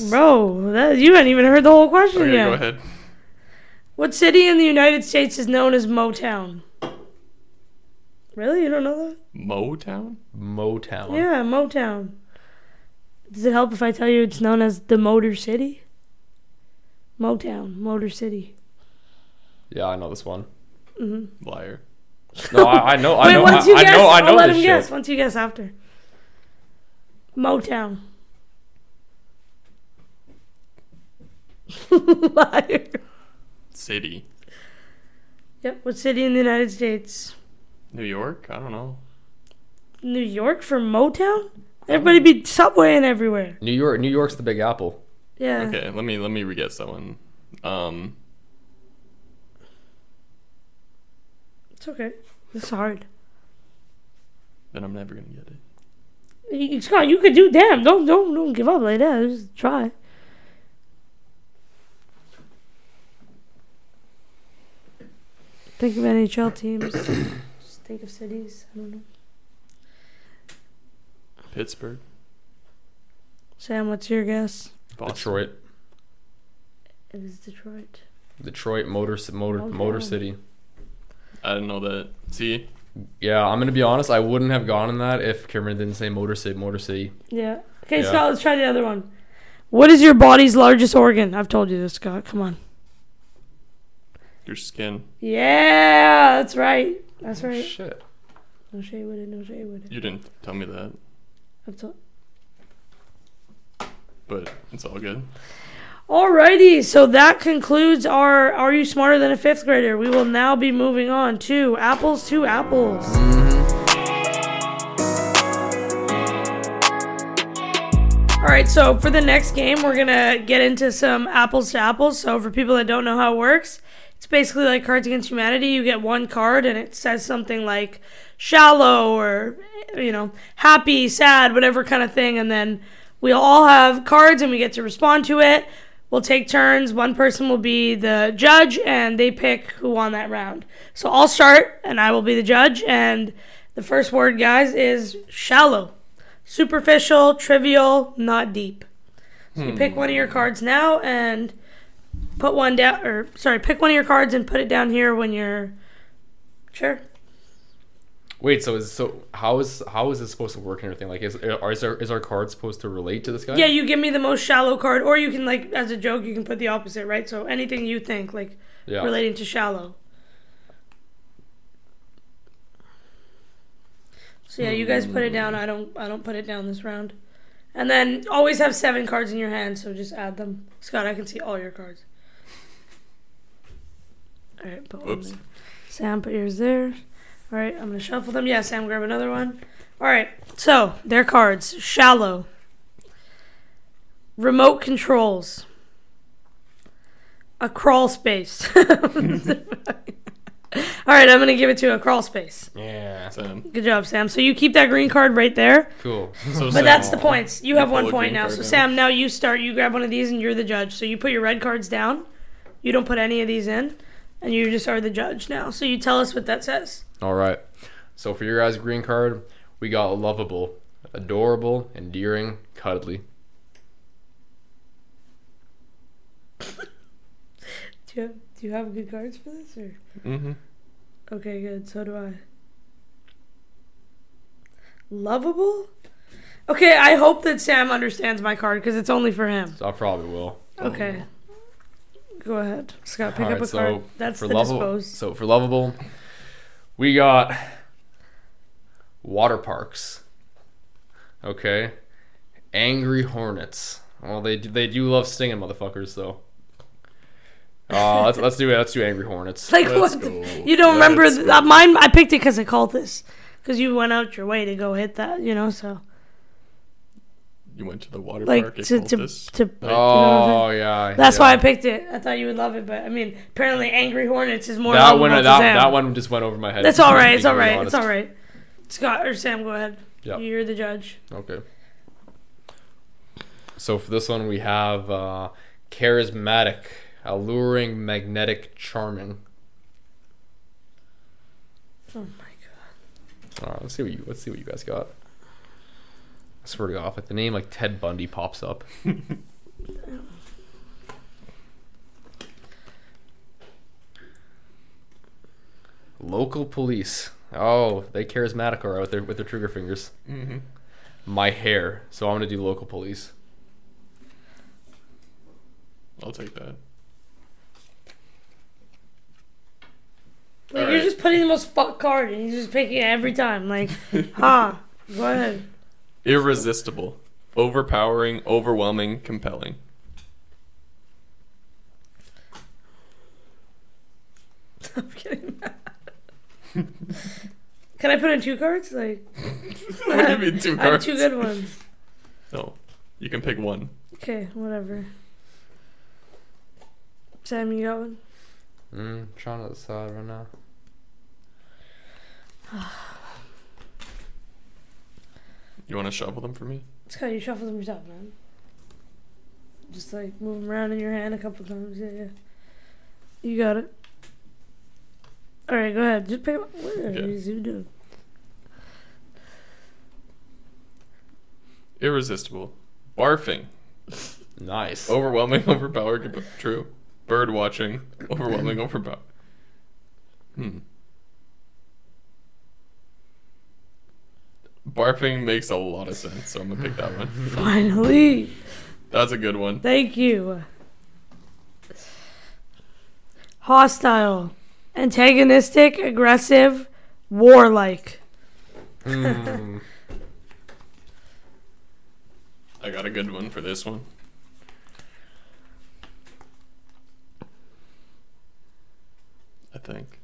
Bro? That, you haven't even heard the whole question Okay, yet. go ahead. What city in the United States is known as Motown? Really? You don't know that? Motown. Motown. Yeah, Motown. Does it help if I tell you it's known as the Motor City? Motown, Motor City. Yeah, I know this one. hmm Liar. No, I, I know. I Wait, know. once I, you I guess, know. I will know let this him shit. guess. Once you guess after. Motown. [LAUGHS] Liar. City. Yep. What city in the United States? New York? I don't know. New York for Motown? Oh. Everybody be subwaying everywhere. New York. New York's the Big Apple. Yeah. Okay, let me let me re-guess that one. Um, It's okay. It's hard. then I'm never gonna get it. You- you- Scott, you could do damn. Don't don't don't give up like that. Just try. Think of NHL [COUGHS] teams. Just think of cities. I don't know. Pittsburgh, Sam, what's your guess? Boston. Detroit. It is Detroit. Detroit Motor Ci- Motor Okay. Motor City. I didn't know that. See, Yeah, I'm gonna be honest. I wouldn't have gone in that if Cameron didn't say Motor City. Motor City. Yeah. Okay, Yeah. Scott, let's try the other one. What is your body's largest organ? I've told you this, Scott. Come on. your skin. Yeah, that's right. That's right. Shit. No shade with it. No shade with it. You didn't tell me that, I've told. but it's all good. Alrighty, so that concludes our Are You Smarter Than a Fifth Grader? We will now be moving on to Apples to Apples. Alright, so for the next game, we're gonna get into some apples to apples. So, for people that don't know how it works, it's basically like Cards Against Humanity. You get one card and it says something like shallow or, you know, happy, sad, whatever kind of thing. And then we'll all have cards and we get to respond to it. We'll take turns. One person will be the judge and they pick who won that round. So I'll start and I will be the judge. And the first word, guys, is shallow. Superficial, trivial, not deep. So you pick one of your cards now and put one down, or sorry, pick one of your cards and put it down here when you're. Sure. Wait. So is so how is how is this supposed to work and everything? Like, is are is our is our card supposed to relate to this guy? Yeah, you give me the most shallow card, or you can, like, as a joke, you can put the opposite, right? So anything you think, like, Yeah. relating to shallow. So yeah, you guys put it down. I don't. I don't put it down this round. And then always have seven cards in your hand, so just add them. Scott, I can see all your cards. All right, put one Oops. there. Sam, put yours there. All right, I'm gonna shuffle them. Yeah, Sam, grab another one. All right, so their cards: shallow, remote controls, a crawl space. [LAUGHS] All right, I'm gonna give it to a crawl space. Yeah. Sam. Good job, Sam. So you keep that green card right there. Cool. So But that's the points. You have pull one a point green now. card So down. Sam, now you start. You grab one of these, and you're the judge. So you put your red cards down. You don't put any of these in, and you just are the judge now. So you tell us what that says. All right. So for your guys' green card, we got lovable, adorable, endearing, cuddly. Do you have Do you have good cards for this? Or Mm-hmm. okay, good. So do I. Lovable. Okay, I hope that Sam understands my card because it's only for him. So I probably will. Okay. Go ahead, Scott. Pick All up right, a so card. That's for the lovable, dispose. so for lovable, we got water parks. Okay, angry hornets. Well, they do, they do love stinging motherfuckers though. [LAUGHS] Uh, let's let's do let's do angry hornets. Like Let's what? go. You don't remember Let's th- uh, go. mine? I picked it because I called this, because you went out your way to go hit that. You know, so You went to the water like park. at to to, Cultus. to you know what I'm saying? Oh yeah, That's yeah. why I picked it. I thought you would love it, but I mean, apparently, Angry Hornets is more. that lovable one uh, to that, Sam. that one just went over my head. [LAUGHS] That's all right. to It's be all right. honest. It's all right. Scott or Sam, go ahead. Yeah. You're the judge. Okay. So for this one, we have uh, charismatic, alluring, magnetic, charming. Oh my god. All right, Uh, let's see what you let's see what you guys got. I swear to God, if like the name like Ted Bundy pops up. Local police. Oh, they charismatic are out there with their trigger fingers. Mm-hmm. My hair. So I'm gonna do local police. I'll take that. Like All you're right. just putting the most fuck card, and you're just picking it every time. [LAUGHS] Like, huh? Go ahead. [LAUGHS] Irresistible. Overpowering, overwhelming, compelling. [LAUGHS] I'm getting mad. [LAUGHS] Can I put in two cards? Like, what do you mean two I have cards? two good ones. No. You can pick one. Okay, whatever. Sam, you got one. Mm, trying to decide right now. You want to shuffle them for me? It's kind of you shuffle them yourself, man. Just like move them around in your hand a couple times. Yeah, yeah. You got it. All right, go ahead. Just pick. What are Okay. you doing? Irresistible. Barfing. Nice. Overwhelming, [LAUGHS] overpowering, comp- true. Bird watching. Overwhelming, overpower. Hmm. Barfing makes a lot of sense, so I'm gonna pick that [LAUGHS] one. Finally. That's a good one. Thank you. Hostile, antagonistic, aggressive, warlike. Mm. I got a good one for this one. I think.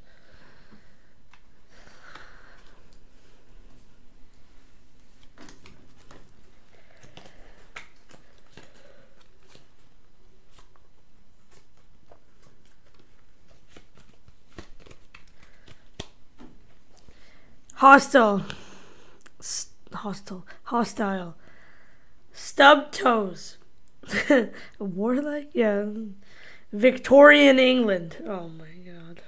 Hostile. S- hostile. Hostile. Stub toes. [LAUGHS] warlike? Yeah. Victorian England. Oh my god.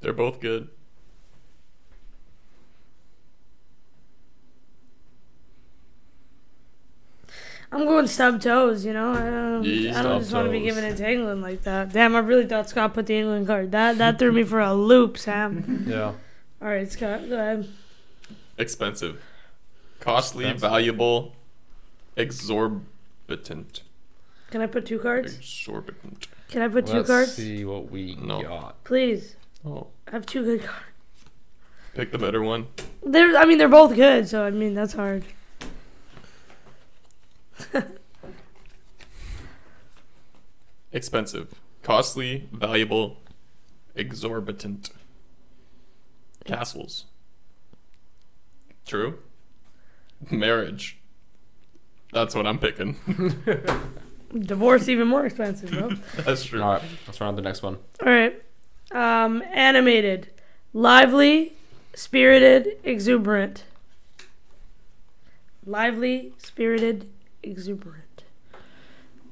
They're both good. I'm going stub toes, you know? I don't, Yeah, I don't stub just want to be toes. giving it to England like that. Damn, I really thought Scott put the England card. That, that threw me for a loop, Sam. [LAUGHS] yeah. All right, Scott, go ahead. Expensive. Costly, Expensive. valuable, exorbitant. Can I put two cards? Exorbitant. Can I put two Let's cards? see what we No. got. Please. Oh. I have two good cards. Pick the better one. They're I mean they're both good, so I mean that's hard. Expensive. Costly, valuable, exorbitant. Castles. True. Marriage. That's what I'm picking. [LAUGHS] Divorce even more expensive, bro. That's true. All right, let's run on to the next one. Alright. Um animated. Lively, spirited, exuberant. Lively, spirited, exuberant.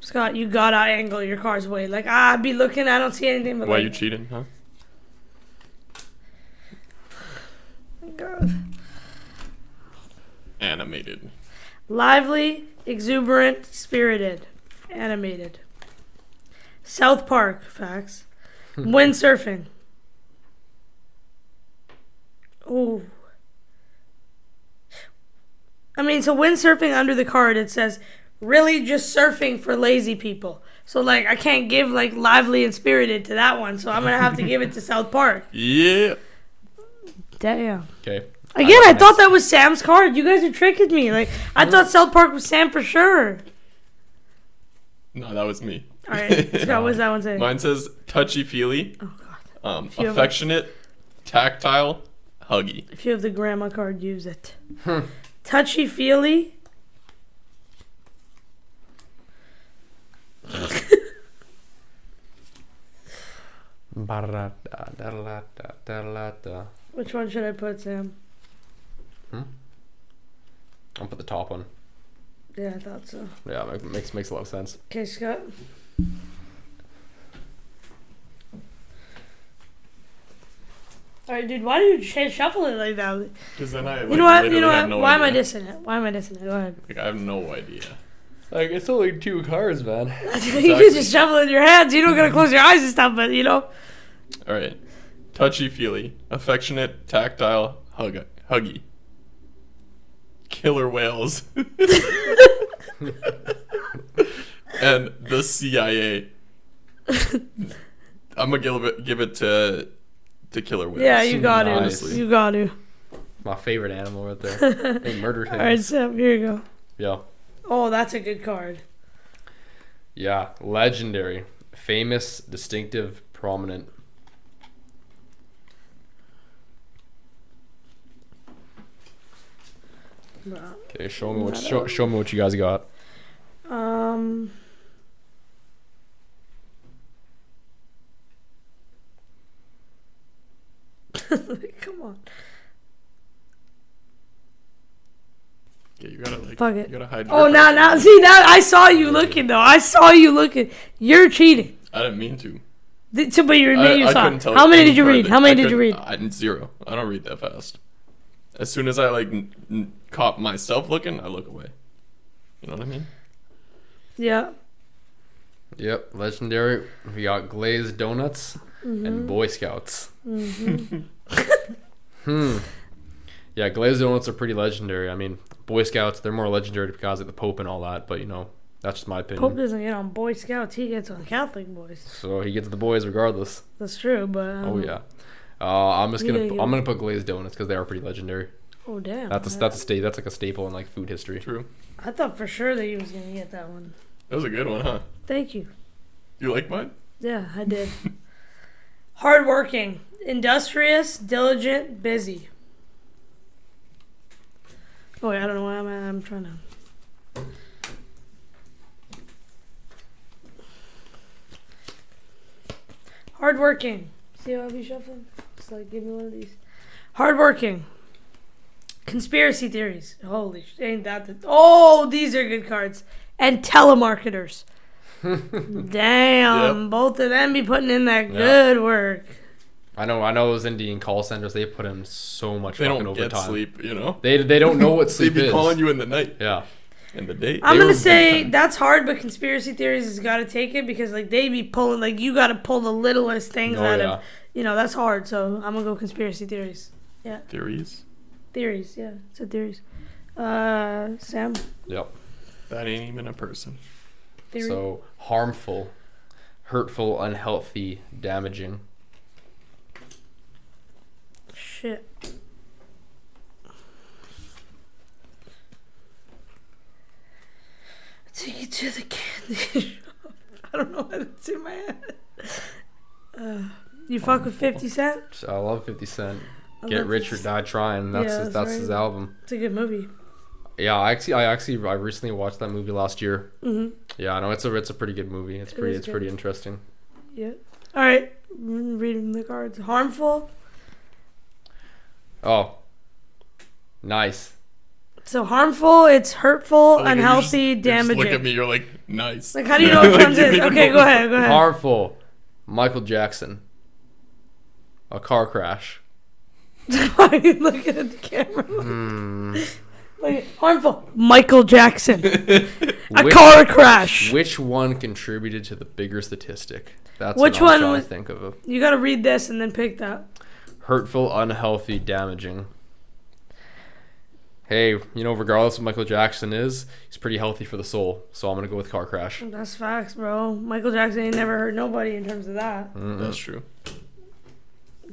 Scott, you gotta angle your car's way. Like I'd be looking, I don't see anything but Why like, you cheating, huh? God. Animated. Lively, exuberant, spirited, animated. South Park facts. Windsurfing. Oh. I mean, so windsurfing under the card it says really just surfing for lazy people. So like I can't give like lively and spirited to that one, so I'm gonna have to give it to South Park. Yeah. Damn. Okay. Again, I nice. thought that was Sam's card. You guys are tricking me. Like I thought South Park was Sam for sure. No, that was me. All [LAUGHS] right, Scott, what's that one say? [LAUGHS] Mine says touchy feely, oh God! um, you have a- affectionate, tactile, huggy. If you have the grandma card, use it. Touchy feely. Ba-da-da-da-da-da-da-da-da. Which one should I put, Sam? I'll put the top one. Yeah, I thought so. Yeah, ma- makes makes a lot of sense. Okay, Scott. All right, dude. Why do you sh- shuffle it like that? Because then I, you know what? You literally know have what? no why am I idea. dissing it? Why am I dissing it? Go ahead. [LAUGHS] Like, I have no idea. Like it's only two cars, man. you can just shuffle it in your hands. You don't [LAUGHS] gotta close your eyes and stuff. But you know, All right. Touchy feely, affectionate, tactile, hug- huggy. Killer whales. [LAUGHS] [LAUGHS] and the CIA. I'm gonna give it give it to to Killer Whales. Yeah, you got to. Honestly. You got to. [LAUGHS] My favorite animal right [LAUGHS] there. they murder All right, things. Sam, here you go. Yeah. Oh, that's a good card. Yeah. Legendary. Famous, distinctive, prominent. Okay, show me what show, show me what you guys got. Um, [LAUGHS] come on. Yeah, you gotta like. Fuck it. You gotta hide. your Oh, now, face. now, see, now I saw you looking though. I saw you looking. You're cheating. I didn't mean to. Did, so, but you I, admit you I saw. couldn't it. tell. How many any did you card read? that- How I many did you couldn't- uh, read? I didn't zero. I don't read that fast. As soon as I like n- n- caught myself looking, I look away. You know what I mean? Yeah. Yep, legendary. We got glazed donuts Mm-hmm. and Boy Scouts. [LAUGHS] hmm. Yeah, glazed donuts are pretty legendary. I mean, Boy Scouts, they're more legendary because of the Pope and all that, but you know, that's just my opinion. Pope doesn't get on Boy Scouts. He gets on Catholic boys. So he gets the boys regardless. That's true, but um, Oh yeah. Uh, I'm just gonna Yeah, yeah. I'm gonna put glazed donuts because they are pretty legendary. Oh damn. That's a, I- that's a sta- that's like a staple in like food history. True. I thought for sure that you was gonna get that one. That was a good one, huh? Thank you. You like mine? Yeah, I did. Hardworking, industrious, diligent, busy. Oh, wait, I don't know why I'm, I'm trying to. Hardworking. See how I be shuffling? Just like give me one of these. Hardworking. Conspiracy theories. Holy sh! Ain't that the? Oh, these are good cards. And telemarketers. Damn, both of them be putting in that Yeah. good work. I know I know those Indian call centers they put in so much They fucking don't get overtime. sleep. You know. They they don't know what [LAUGHS] They sleep be is. calling you in the night Yeah. and the day. I'm They gonna were say big that's hard, but conspiracy theories has got to take it because like they be pulling like you got to pull the littlest things Oh, out yeah. of you know that's hard. So I'm gonna go conspiracy theories, Theories. theories, yeah, so theories. Uh, Sam, Yep. That ain't even a person. theory. So harmful, hurtful, unhealthy, damaging. Shit. Take it to the candy [LAUGHS] shop. I don't know why that's in my head. Uh, you fuck with 50 Cent? So I love 50 Cent. I Get love rich or 50 die trying. That's his, Yeah, that's that's right. his album. It's a good movie. Yeah, I actually I actually I recently watched that movie last year. hmm Yeah, I know it's a it's a pretty good movie. It's It pretty is it's good. pretty interesting. Yeah. All right. Mm, Reading the cards. Harmful. Oh. Nice. So harmful. It's hurtful, I Oh, like how you unhealthy, just- you just damaging. Look at me. You're like nice. Like how [LAUGHS] do you know it comes You in? don't Okay, know. go ahead. Go ahead. Harmful. Michael Jackson. A car crash. [LAUGHS] Why are you looking at the camera? Hmm. [LAUGHS] Like, harmful. Michael Jackson. A Which- car crash. Which one contributed to the bigger statistic? That's Which what I'm one trying was- to think of. You gotta read this and then pick that. Hurtful, unhealthy, damaging. Hey, you know, regardless of Michael Jackson is, he's pretty healthy for the soul. So I'm gonna go with car crash. That's facts, bro. Michael Jackson ain't never hurt nobody in terms of that. [LAUGHS] That's true.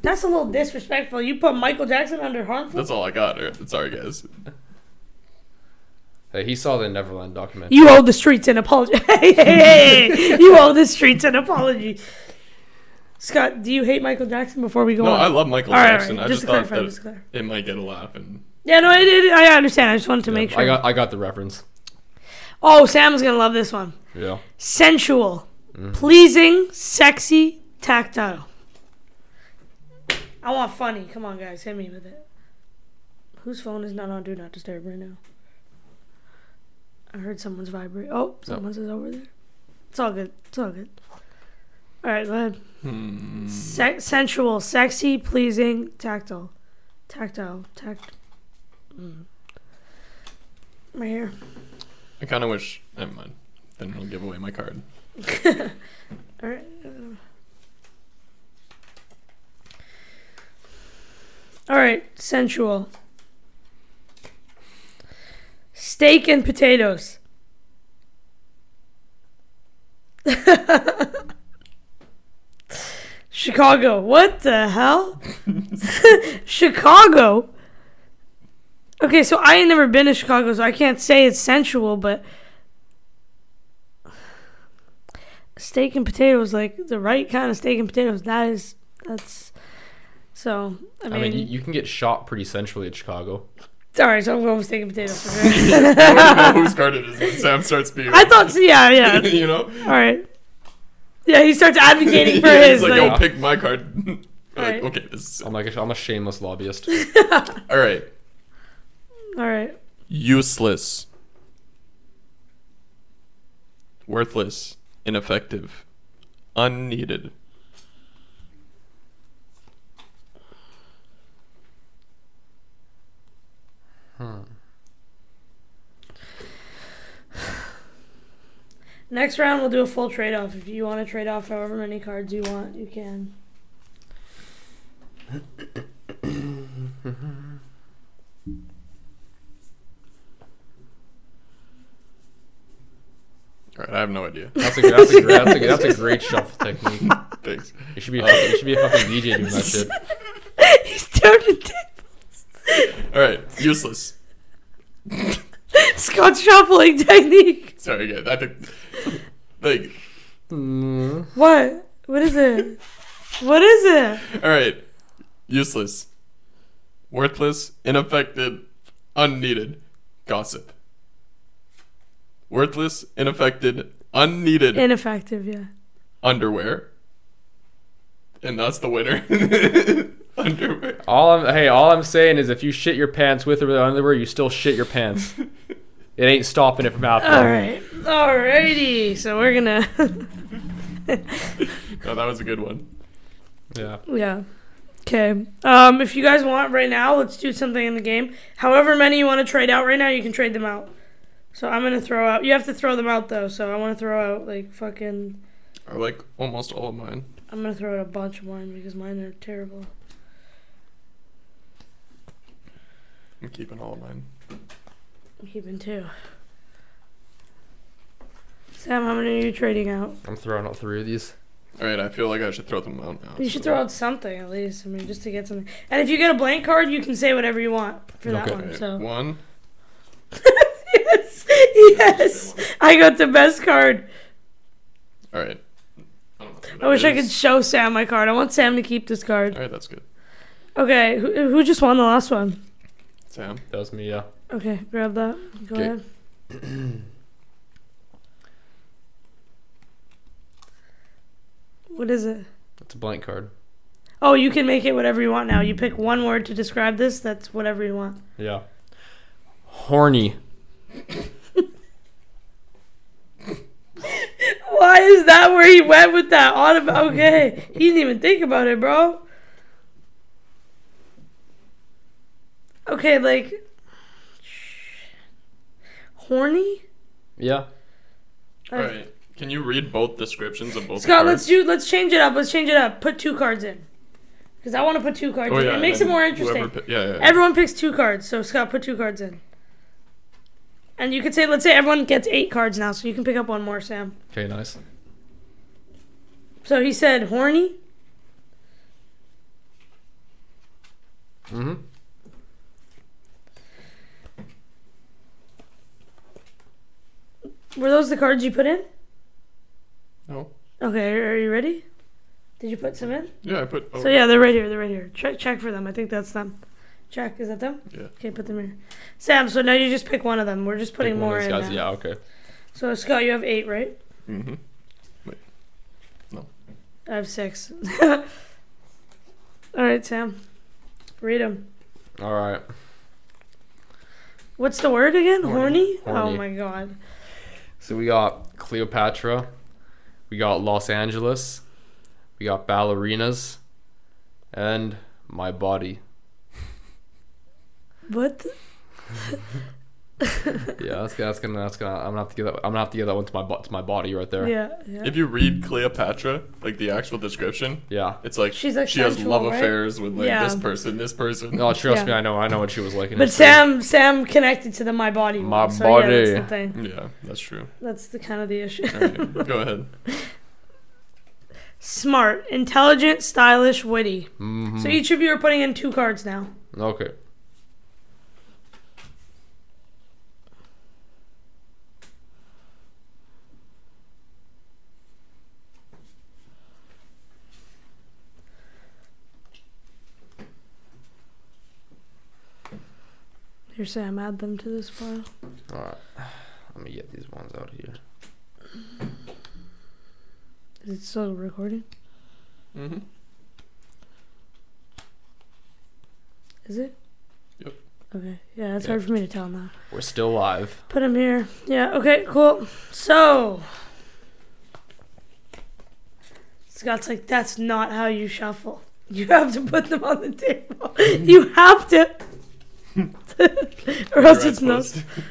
That's a little disrespectful. You put Michael Jackson under harmful. That's all I got. er, Sorry, guys. Hey, he saw the Neverland documentary. You owe the streets an apology. [LAUGHS] hey, hey, hey. You owe the streets an apology. Scott, do you hate Michael Jackson before we go No, on? I love Michael All right, all Jackson. right. I Just just, to thought clarify, that just to clarify. it might get a laugh. And yeah, no, it, it, I understand. I just wanted to make sure. I got I got the reference. oh, Sam's gonna love this one. Yeah. sensual, pleasing, sexy, tactile. I want funny. Come on, guys, hit me with it. Whose phone is not on Do Not Disturb right now? I heard someone's vibrate. Oh, someone's is over there. It's all good. It's all good. All right, go ahead. hmm, Se- sensual, sexy, pleasing, tactile, tactile, tact. Mm. Right here. I kind of wish. Never mind. Then he'll give away [LAUGHS] my card. All right. All right, sensual. Steak and potatoes. [LAUGHS] Chicago. What the hell? [LAUGHS] Chicago. Okay, so I ain't never been to Chicago, so I can't say it's sensual, but steak and potatoes, like the right kind of steak and potatoes, that is that's so I mean, I mean, you, you can get shot pretty centrally at Chicago. all right, so I'm going with steak and potatoes. For sure. I want to know whose card it is when Sam starts being. [LAUGHS] I thought, yeah, yeah, [LAUGHS] you know? all right, yeah. He starts [LAUGHS] advocating for Yeah, his. it's like, Like, oh, pick my card. [LAUGHS] I'm like, Right. okay, this is. I'm like, a, I'm a shameless lobbyist. All right. All right, Useless. Worthless. Ineffective. Unneeded. next round we'll do a full trade off. If you want to trade off however many cards you want, you can. All right, I have no idea. [LAUGHS] That's a, that's a, that's a, that's a great shuffle technique. Thanks. You should be a fucking, you should be a fucking DJ doing that shit. [LAUGHS] He's turned to All right, useless. Scott's shuffling [LAUGHS] technique. Sorry, guys. I think. Like, Mm. What? What is it? What is it? all right, useless, worthless, ineffective, unneeded, gossip. Worthless, ineffective, unneeded Ineffective, yeah. underwear, and that's the winner. [LAUGHS] underwear. All I'm hey, all I'm saying is if you shit your pants with or without underwear, you still shit your pants. It ain't stopping it from happening. All right. Alrighty. So we're gonna. [LAUGHS] No, that was a good one. Yeah. yeah. Okay. Um, if you guys want right now, let's do something in the game. However many you want to trade out right now, you can trade them out. So I'm gonna throw out. You have to throw them out though. So I want to throw out like fucking. I like almost all of mine. I'm gonna throw out a bunch of mine because mine are terrible. I'm keeping all of mine. I'm keeping two. Sam, how many are you trading out? I'm throwing out three of these. All right, I feel like I should throw them out now. You should throw out something at least. I mean, just to get something. And if you get a blank card, you can say whatever you want for that Okay. one. Alright, So One. [LAUGHS] yes, yes, I got the best card. All right. I wish I could show Sam my card. I want Sam to keep this card. All right, that's good. Okay, who, who just won the last one? Sam. That was me, yeah. Okay, grab that. Go Okay. ahead. [CLEARS THROAT] what is it? It's a blank card. Oh, you can make it whatever you want now. You pick one word to describe this. That's whatever you want. Yeah. Horny. Why is that where he went with that? Autom- okay, he didn't even think about it, bro. Okay, like horny. Yeah. All right. Can you read both descriptions of both? Scott, cards? let's do. Let's change it up. Let's change it up. Put two cards in, because I want to put two cards Oh, in. yeah, it makes it and more whoever interesting. pi- yeah, yeah, yeah. Everyone picks two cards, so Scott, put two cards in. And you could say, let's say everyone gets eight cards now, so you can pick up one more, Sam. Okay, nice. So he said horny, Mm-hmm. Were those the cards you put in? No. Okay, are are you ready? Did you put some in? Yeah, I put. Oh, So yeah, they're right here. They're right here. Check check for them. I think that's them. Check. Is that them? Yeah. Okay, put them here. Sam. So now you just pick one of them. We're just putting Pick one of more these in. guys. now. Yeah, okay. So Scott, you have eight, right? Mm-hmm. I have six. [LAUGHS] All right, Sam. Read them. All right. What's the word again? Horny. Horny. Oh Horny. my god. So we got Cleopatra, we got Los Angeles, we got ballerinas, and my body. What? the- Yeah, that's, that's gonna that's gonna I'm gonna have to give that I'm gonna have to give that one to my bo- to my body right there. Yeah. yeah. If you read Cleopatra, like the actual description, Yeah. it's like She's, like, she has sensual, love right? affairs with like Yeah. this person, this person. [LAUGHS] No, Oh, trust Yeah. me, I know I know what she was like. in But history. Sam, Sam connected to the my body. My one, so yeah, that's body. the thing. Yeah, that's true. That's the kind of the issue. All right, go ahead. [LAUGHS] smart, intelligent, stylish, witty. Mm. So each of you are putting in two cards now. Mm-hmm. Okay. Here, Sam, add them to this pile. All right. Let me get these ones out here. Is it still recording? Mm-hmm. Is it? Yep. Okay. Yeah, it's Yeah. hard for me to tell now. We're still live. Put him here. Yeah, okay, cool. So Scott's like, that's not how you shuffle. You have to put them on the table. you have to or else it's not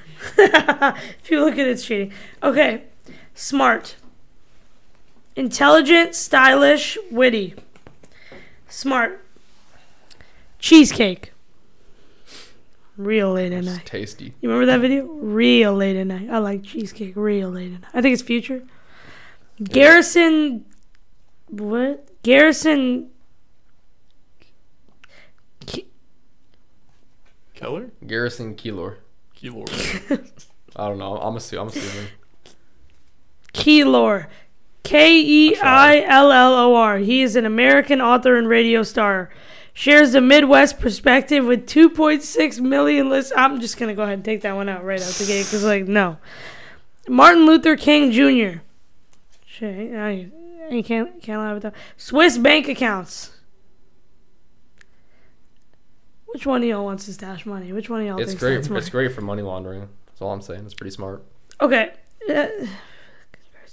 [LAUGHS] if you look at it, it's cheating. Okay. Smart. Intelligent, stylish, witty. Smart. Cheesecake. Real late at It's night. tasty. You remember that video? Real late at night. I like cheesecake. Real late at night. I think it's future. Garrison. What? Garrison. [LAUGHS] Keller? Garrison Keylor. Keylor. I don't know. I'm assuming. I'm assuming. Keylor. K E I L L O R. He is an American author and radio star. Shares the Midwest perspective with 2.6 million lists. I'm just going to go ahead and take that one out right out the gate because, like, no. Martin Luther King Jr. Shit, I, I can't, can't lie with that. Swiss bank accounts. Which one of y'all wants to stash money? Which one of y'all It's thinks great. that's money? It's great for money laundering. That's all I'm saying. It's pretty smart. Okay. Uh,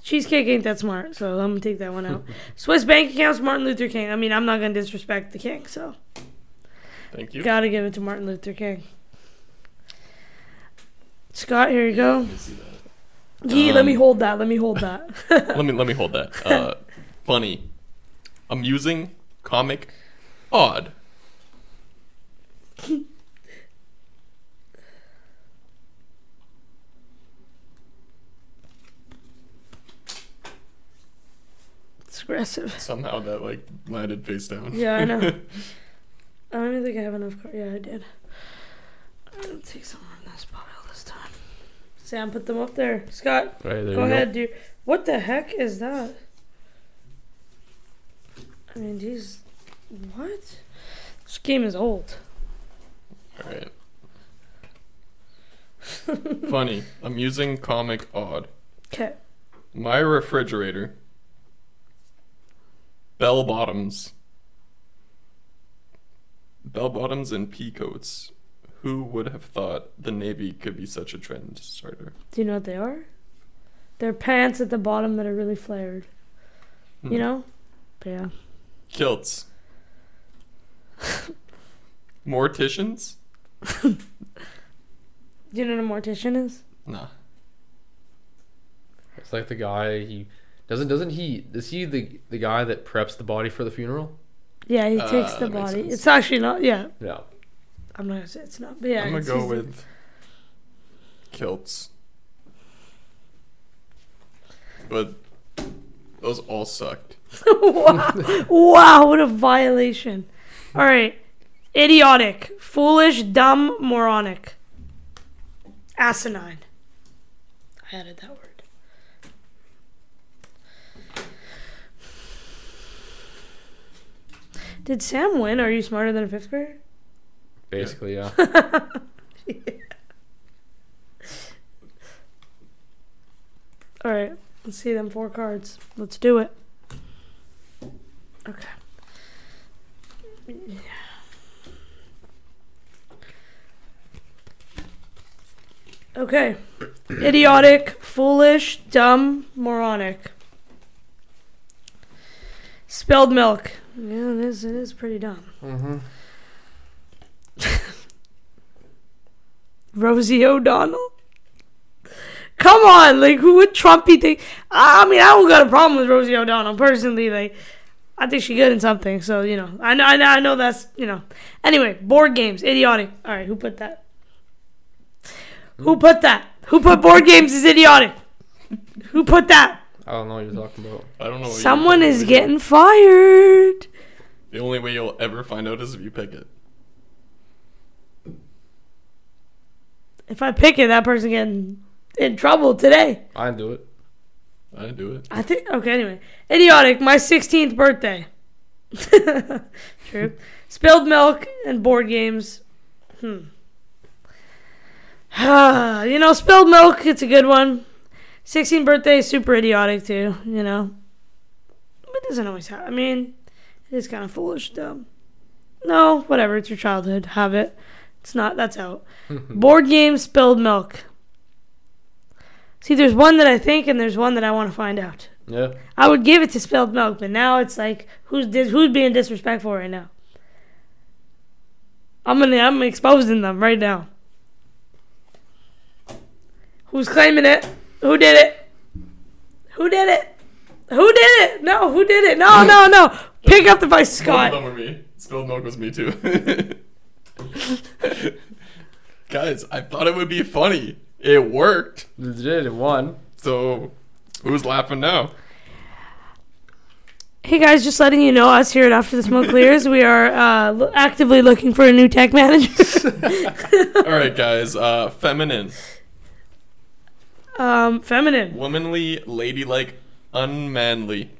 cheesecake ain't that smart, so I'm gonna take that one [LAUGHS] out. Swiss bank accounts, Martin Luther King. I mean, I'm not gonna disrespect the king, so Thank you. gotta give it to Martin Luther King. Scott, here you go. Let me see that. Yee, let me Um, hold that. Let me hold that. [LAUGHS] [LAUGHS] let me let me hold that. Uh, funny, amusing, comic, odd. It's aggressive. Somehow that like landed face down. Yeah, [LAUGHS] I know. I don't even think I have enough cards. Yeah, I did. I'll take some from this pile this time. Sam, put them up there. Scott, Right there. go ahead, dude. What the heck is that? I mean, these. What? This game is old. [LAUGHS] All right. funny, amusing, comic, odd. Okay. My refrigerator. Bell bottoms. Bell bottoms and pea coats. Who would have thought the Navy could be such a trend starter? Do you know what they are? They're pants at the bottom that are really flared. You Hmm. know? But yeah. Kilts. [LAUGHS] Morticians? Do you know what a mortician is? Nah. It's like the guy. He doesn't. Doesn't he? Is he the the guy that preps the body for the funeral? Yeah, he Uh, takes the that makes body. sense. It's actually not. Yeah, Yeah. I'm not gonna say it's not. But yeah, I'm gonna it's- go he's the- with kilts. But those all sucked. [LAUGHS] wow. wow, what a violation. All right. Idiotic, foolish, dumb, moronic. Asinine. I added that word. Did Sam win? Are you smarter than a fifth grader? Basically, yeah. All right. Let's see them four cards. Let's do it. Okay. Okay. Idiotic, foolish, dumb, moronic. Spilled milk. Yeah, it is, it is pretty dumb. mm-hmm. [LAUGHS] Rosie O'Donnell. Come on, like who would Trump be think? I I mean, I don't got a problem with Rosie O'Donnell personally. Like, I think she good in something. So you know, I know, I know, I know that's you know. Anyway, board games, idiotic. All right, who put that? Hmm. [LAUGHS] Who put that? Who put board games is idiotic? Who put that? I don't know what you're talking about. I don't know. what Oh, you- Someone is getting fired. The only way you'll ever find out is if you pick it. If I pick it, that person getting in trouble today. I didn't do it. I didn't do it. I think okay. Anyway, idiotic. My sixteenth birthday. [LAUGHS] True. Spilled milk and board games. Hmm. [SIGHS] you know, spilled milk. It's a good one. Sixteenth birthday, is super idiotic too. You know, it doesn't always happen. I mean, it is kind of foolish, dumb. No, whatever. It's your childhood. Have it. It's not. That's out. board game, spilled milk. See, there's one that I think, and there's one that I want to find out. Yeah. I would give it to spilled milk, but now it's like who's dis- who's being disrespectful right now? I'm gonna I'm exposing them right now. Who's claiming it? Who did it? Who did it? Who did it? No, who did it? No, no, no. Pick up the vice, Both Scott. of them were me. Spilled milk was me too. [LAUGHS] Guys, I thought it would be funny. It worked. Legit, it won. So, who's [LAUGHS] laughing now? Hey guys, just letting you know, us here at After the Smoke Clears, we are uh, lo- actively looking for a new tech manager. [LAUGHS] All right, guys. Uh, feminine, um, feminine. womanly, ladylike, unmanly.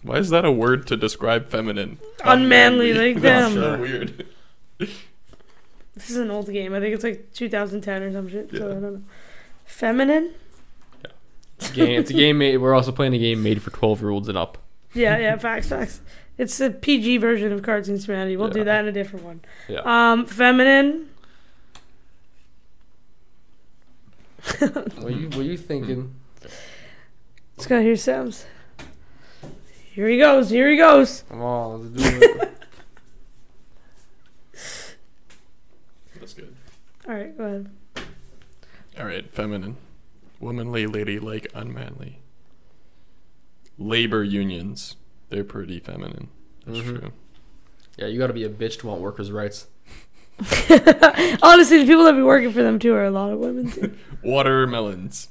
Why is that a word to describe feminine? Unmanly, like [LAUGHS] That's them. so weird. [LAUGHS] This is an old game. I think it's like 2010 or some shit. So I Yeah. don't know. Feminine? Game, it's a game made. We're also playing a game made for 12 year olds and up. Yeah, [LAUGHS] yeah, facts, facts. It's a PG version of Cards Against Humanity. We'll do Yeah. that in a different one. Yeah. Um, feminine. What you, what you thinking? Let's go hear Sam's. Here he goes. Here he goes. Come on, let's do it. That's good. All right, go ahead. [LAUGHS] All right, feminine, womanly, ladylike, unmanly. Labor unions. They're pretty feminine. That's Mm-hmm. Mhm. true. [LAUGHS] yeah, you gotta be a bitch to want workers' rights. Honestly, the people that be working for them too are a lot of women. Too. [LAUGHS] Watermelons.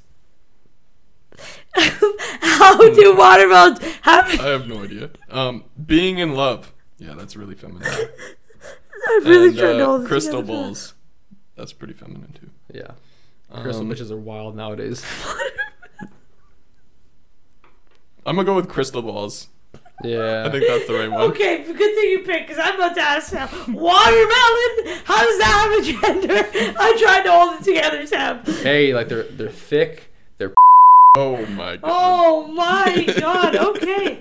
How do watermelons have? [LAUGHS] I have no idea. Um, being in love. Yeah, that's [LAUGHS] really feminine. I'm really and, trying to hold uh, this crystal together. [LAUGHS] balls. That's pretty feminine too. Yeah. Crystal Um, bitches are wild nowadays. I'm gonna go with crystal balls. [LAUGHS] Yeah. I think that's the right one. [LAUGHS] Okay, good thing you picked because I'm about to ask Sam. Watermelon? How does that have a gender? [LAUGHS] I tried to hold it together, Sam. hey, like they're they're thick. [LAUGHS] They're [LAUGHS] Oh my god. Oh my [LAUGHS] god, okay.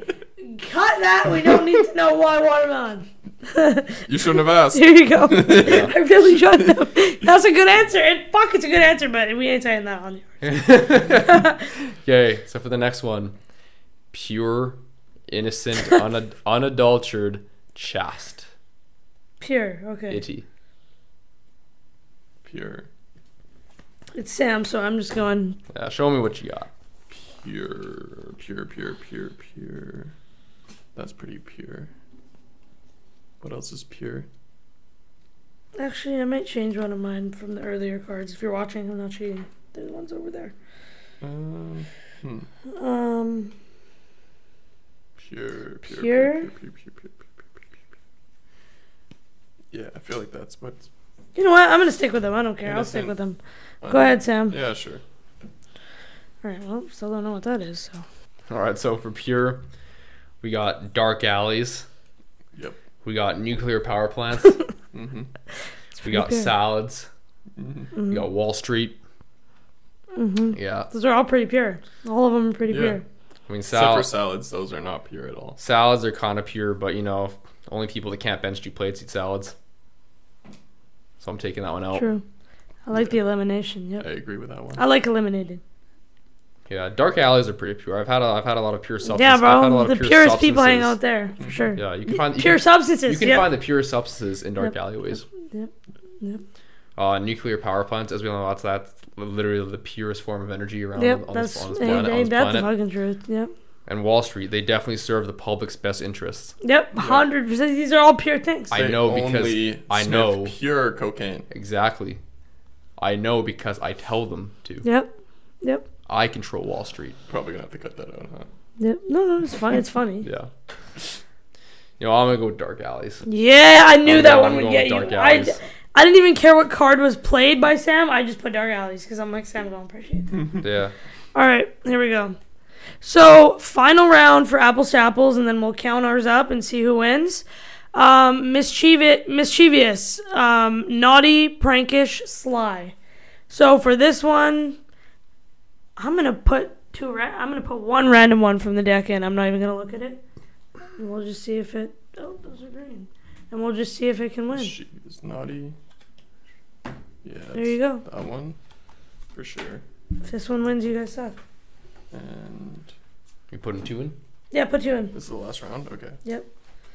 Cut that. We don't need to know why watermelon. [LAUGHS] You shouldn't have asked. Here you go. I really shouldn't have. That's a good answer. And fuck, it's a good answer, but we ain't saying that on here. okay. So for the next one, pure, innocent, [LAUGHS] unad- unadulterated, chaste, Pure, okay. itty. Pure. It's Sam, so I'm just going. Yeah, show me what you got. Pure. Pure, pure, pure, pure. That's pretty pure. What else is pure? Actually, I might change one of mine from the earlier cards. If you're watching, I'm not cheating. There's one's over there. Um, hmm. Um. Pure, Pure? pure, pure, pure, pure, pure, pure, pure, pure, pure, pure. Yeah, I feel like that's what's. You know what? I'm gonna stick with them. I don't care. I'll stick Innocent. with them. Go ahead, Sam. Yeah, sure. All right. Well, still don't know what that is. So All right. So for pure, we got dark alleys. Yep. We got nuclear power [LAUGHS] plants. mm-hmm. Mhm. we got pretty pure. salads. Mm-hmm. We got Wall Street. Mhm. Yeah. those are all pretty pure. All of them are pretty Yeah. pure. I mean, Except for salads. salads, those are not pure at all. salads are kind of pure, but you know, only people that can't bench two plates eat salads. So I'm taking that one out. True. I like the elimination. Yep. I agree with that one. I like eliminated. Yeah, dark alleys are pretty pure. I've had a, I've had a lot of pure substances. yeah, I've had a bro. lot The of pure purest people hang out substances. Mm-hmm. there for sure. Yeah, you can find you Pure can, substances. you can yep. find the pure substances in dark Yep. alleyways. Yep. Yep. Uh, nuclear power plants, as we know, that's that's literally the purest form of energy around Yep, on, on that's this, on this ain't- planet. on ain't this that the planet. fucking truth. Yep, And Wall Street, they definitely serve the public's best interests. yep, hundred percent. These are all pure things. I know because I sniff know. pure cocaine. Exactly. I know because I tell them to. yep, yep. I control Wall Street. Probably gonna have to cut that out, huh? No, no, it's fine. [LAUGHS] It's funny. Yeah. You know, I'm gonna go with dark alleys. Yeah, I knew I'm that going- one Oh, I'm would going get you. Dark I, d- Alleys. I didn't even care what card was played by Sam. I just put Dark Alleys because I'm like, Sam, don't appreciate that. Yeah. All right, here we go. So, final round for apples to apples, and then we'll count ours up and see who wins. Um, mischievous, mischievous um, naughty, prankish, sly. So, for this one, I'm going to put two. Ra- I'm going to put one random one from the deck in. I'm not even going to look at it. And we'll just see if it. Oh, those are green. And we'll just see if it can win. She is naughty. Yeah. There you go. That one, for sure. If this one wins, you guys suck. And You putting two in? Yeah, put you in. this is the last round. Okay. Yep.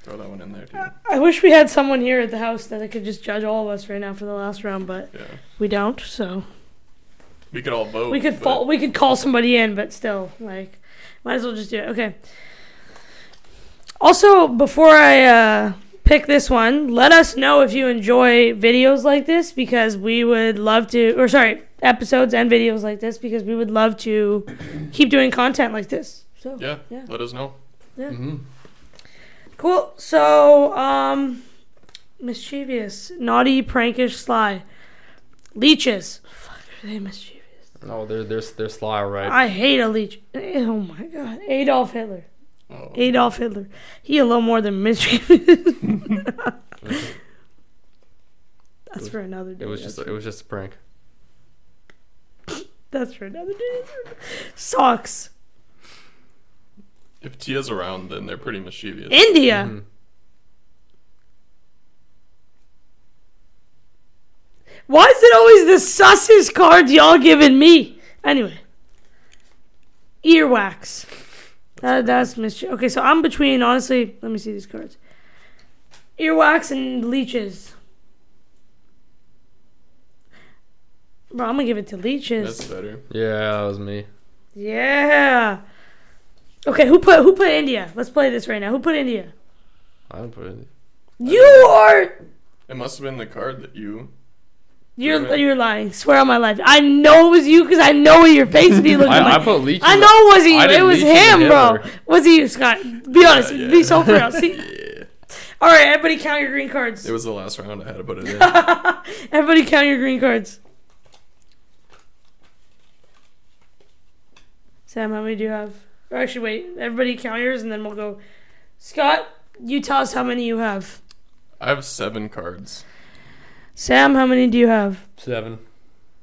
Throw that one in there too. I wish we had someone here at the house that could just judge all of us right now for the last round, but Yeah. we don't. So We could all vote. we could Oh, but- fall, we could call somebody in, but still, like, might as well just do it. Okay. Also, before I uh, pick this one, let us know if you enjoy videos like this because we would love to, or sorry, episodes and videos like this because we would love to keep doing content like this. So Yeah, Yeah. Let us know. Mm-hmm. Cool. So, um, mischievous, naughty, prankish, sly, leeches. Fuck, are they mischievous? No, Oh, they're they're they're sly, right? I hate a leech. [LAUGHS] Eh, Oh my god, Adolf Hitler. Oh. Adolf Hitler. He a little more than mischievous. [LAUGHS] That's for another day. it was just That's, it was just a prank. that's for another day. Socks. If Tia's around, then they're pretty mischievous. India. Mhm. Why is it always the sussest cards y'all giving me? Anyway, earwax. That, that's mischief. Okay, so I'm between, honestly, let me see these cards. Earwax and leeches. Bro, I'm gonna give it to leeches. That's better. Yeah, that was me. yeah. Okay, who put who put India? Let's play this right now. Who put India? I didn't put it. in. You are It must have been the card that you. you're Really? you're lying. Swear on my life. I know it was you because I know what your face [LAUGHS] be looking like. I, I put leeches. I know it wasn't I you. It didn't was leech into him, bro. Hitler. Was it you, Scott? Be honest. yeah. Be so [LAUGHS] real. See. Yeah. All right, everybody count your green cards. It was the last round. I had to [LAUGHS] put it in. everybody count your green cards. Sam, how many do you have? Or actually, wait. Everybody count yours, and then we'll go. Scott, you tell us how many you have. I have [LAUGHS] seven cards. Sam, how many do you have? Seven.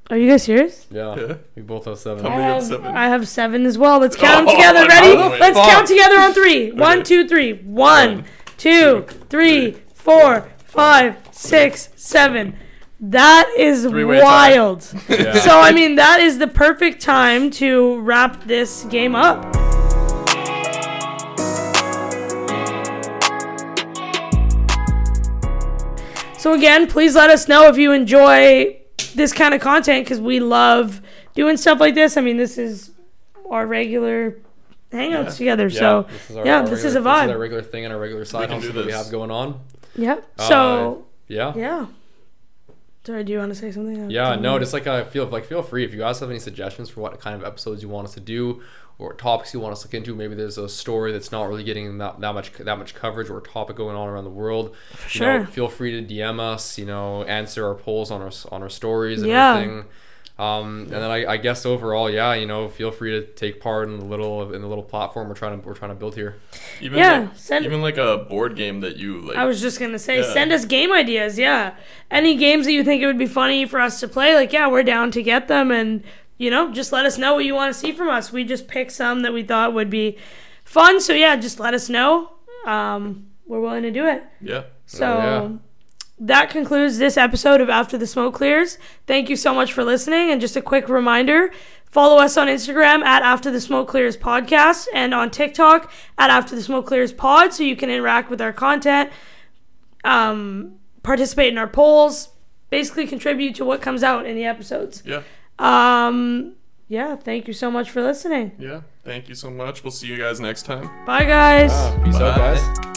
Are you guys serious? Yeah, Yeah. we both have Tell seven. me. I have have, seven. I have seven as well. Let's count them Oh, together. how Ready? the Let's fuck? count together on three. One, two, three. One, two, three, four, five, six, seven. That is Three-way tie. wild. So Yeah. I mean, that is the perfect time to wrap this game up. So again, please let us know if you enjoy this kind of content because we love doing stuff like this. I mean, this is our regular hangouts together. So this is our, yeah, our regular, this is a This vibe. is our regular thing and our regular side can hustle do that we this. have going on. yeah. So Yeah. yeah. Sorry, do you want to say something? Yeah, no, just like I feel like feel free if you guys have any suggestions for what kind of episodes you want us to do or topics you want us to look into. Maybe there's a story that's not really getting that, that much that much coverage or a topic going on around the world. You know, sure. feel free to DM us. You know, answer our polls on our s- on our stories and Yeah. everything. Um, and then I, I guess overall, yeah, you know, feel free to take part in the little in the little platform we're trying to we're trying to build here. Even Yeah, Like, send- even like a board game that you like. I was just gonna say, Yeah. send us game ideas. Yeah, any games that you think it would be funny for us to play. Like, yeah, we're down to get them, and you know, just let us know what you want to see from us. We just picked some that we thought would be fun. So yeah, just let us know. Um, we're willing to do it. yeah. So yeah. that concludes this episode of After the Smoke Clears. Thank you so much for listening. And just a quick reminder follow us on Instagram at After the Smoke Clears Podcast and on TikTok at After the Smoke Clears Pod so you can interact with our content, um, participate in our polls, basically contribute to what comes out in the episodes. Yeah. Um, yeah, thank you so much for listening. Yeah. Thank you so much. We'll see you guys next time. Bye, guys. Peace out, Bye. guys.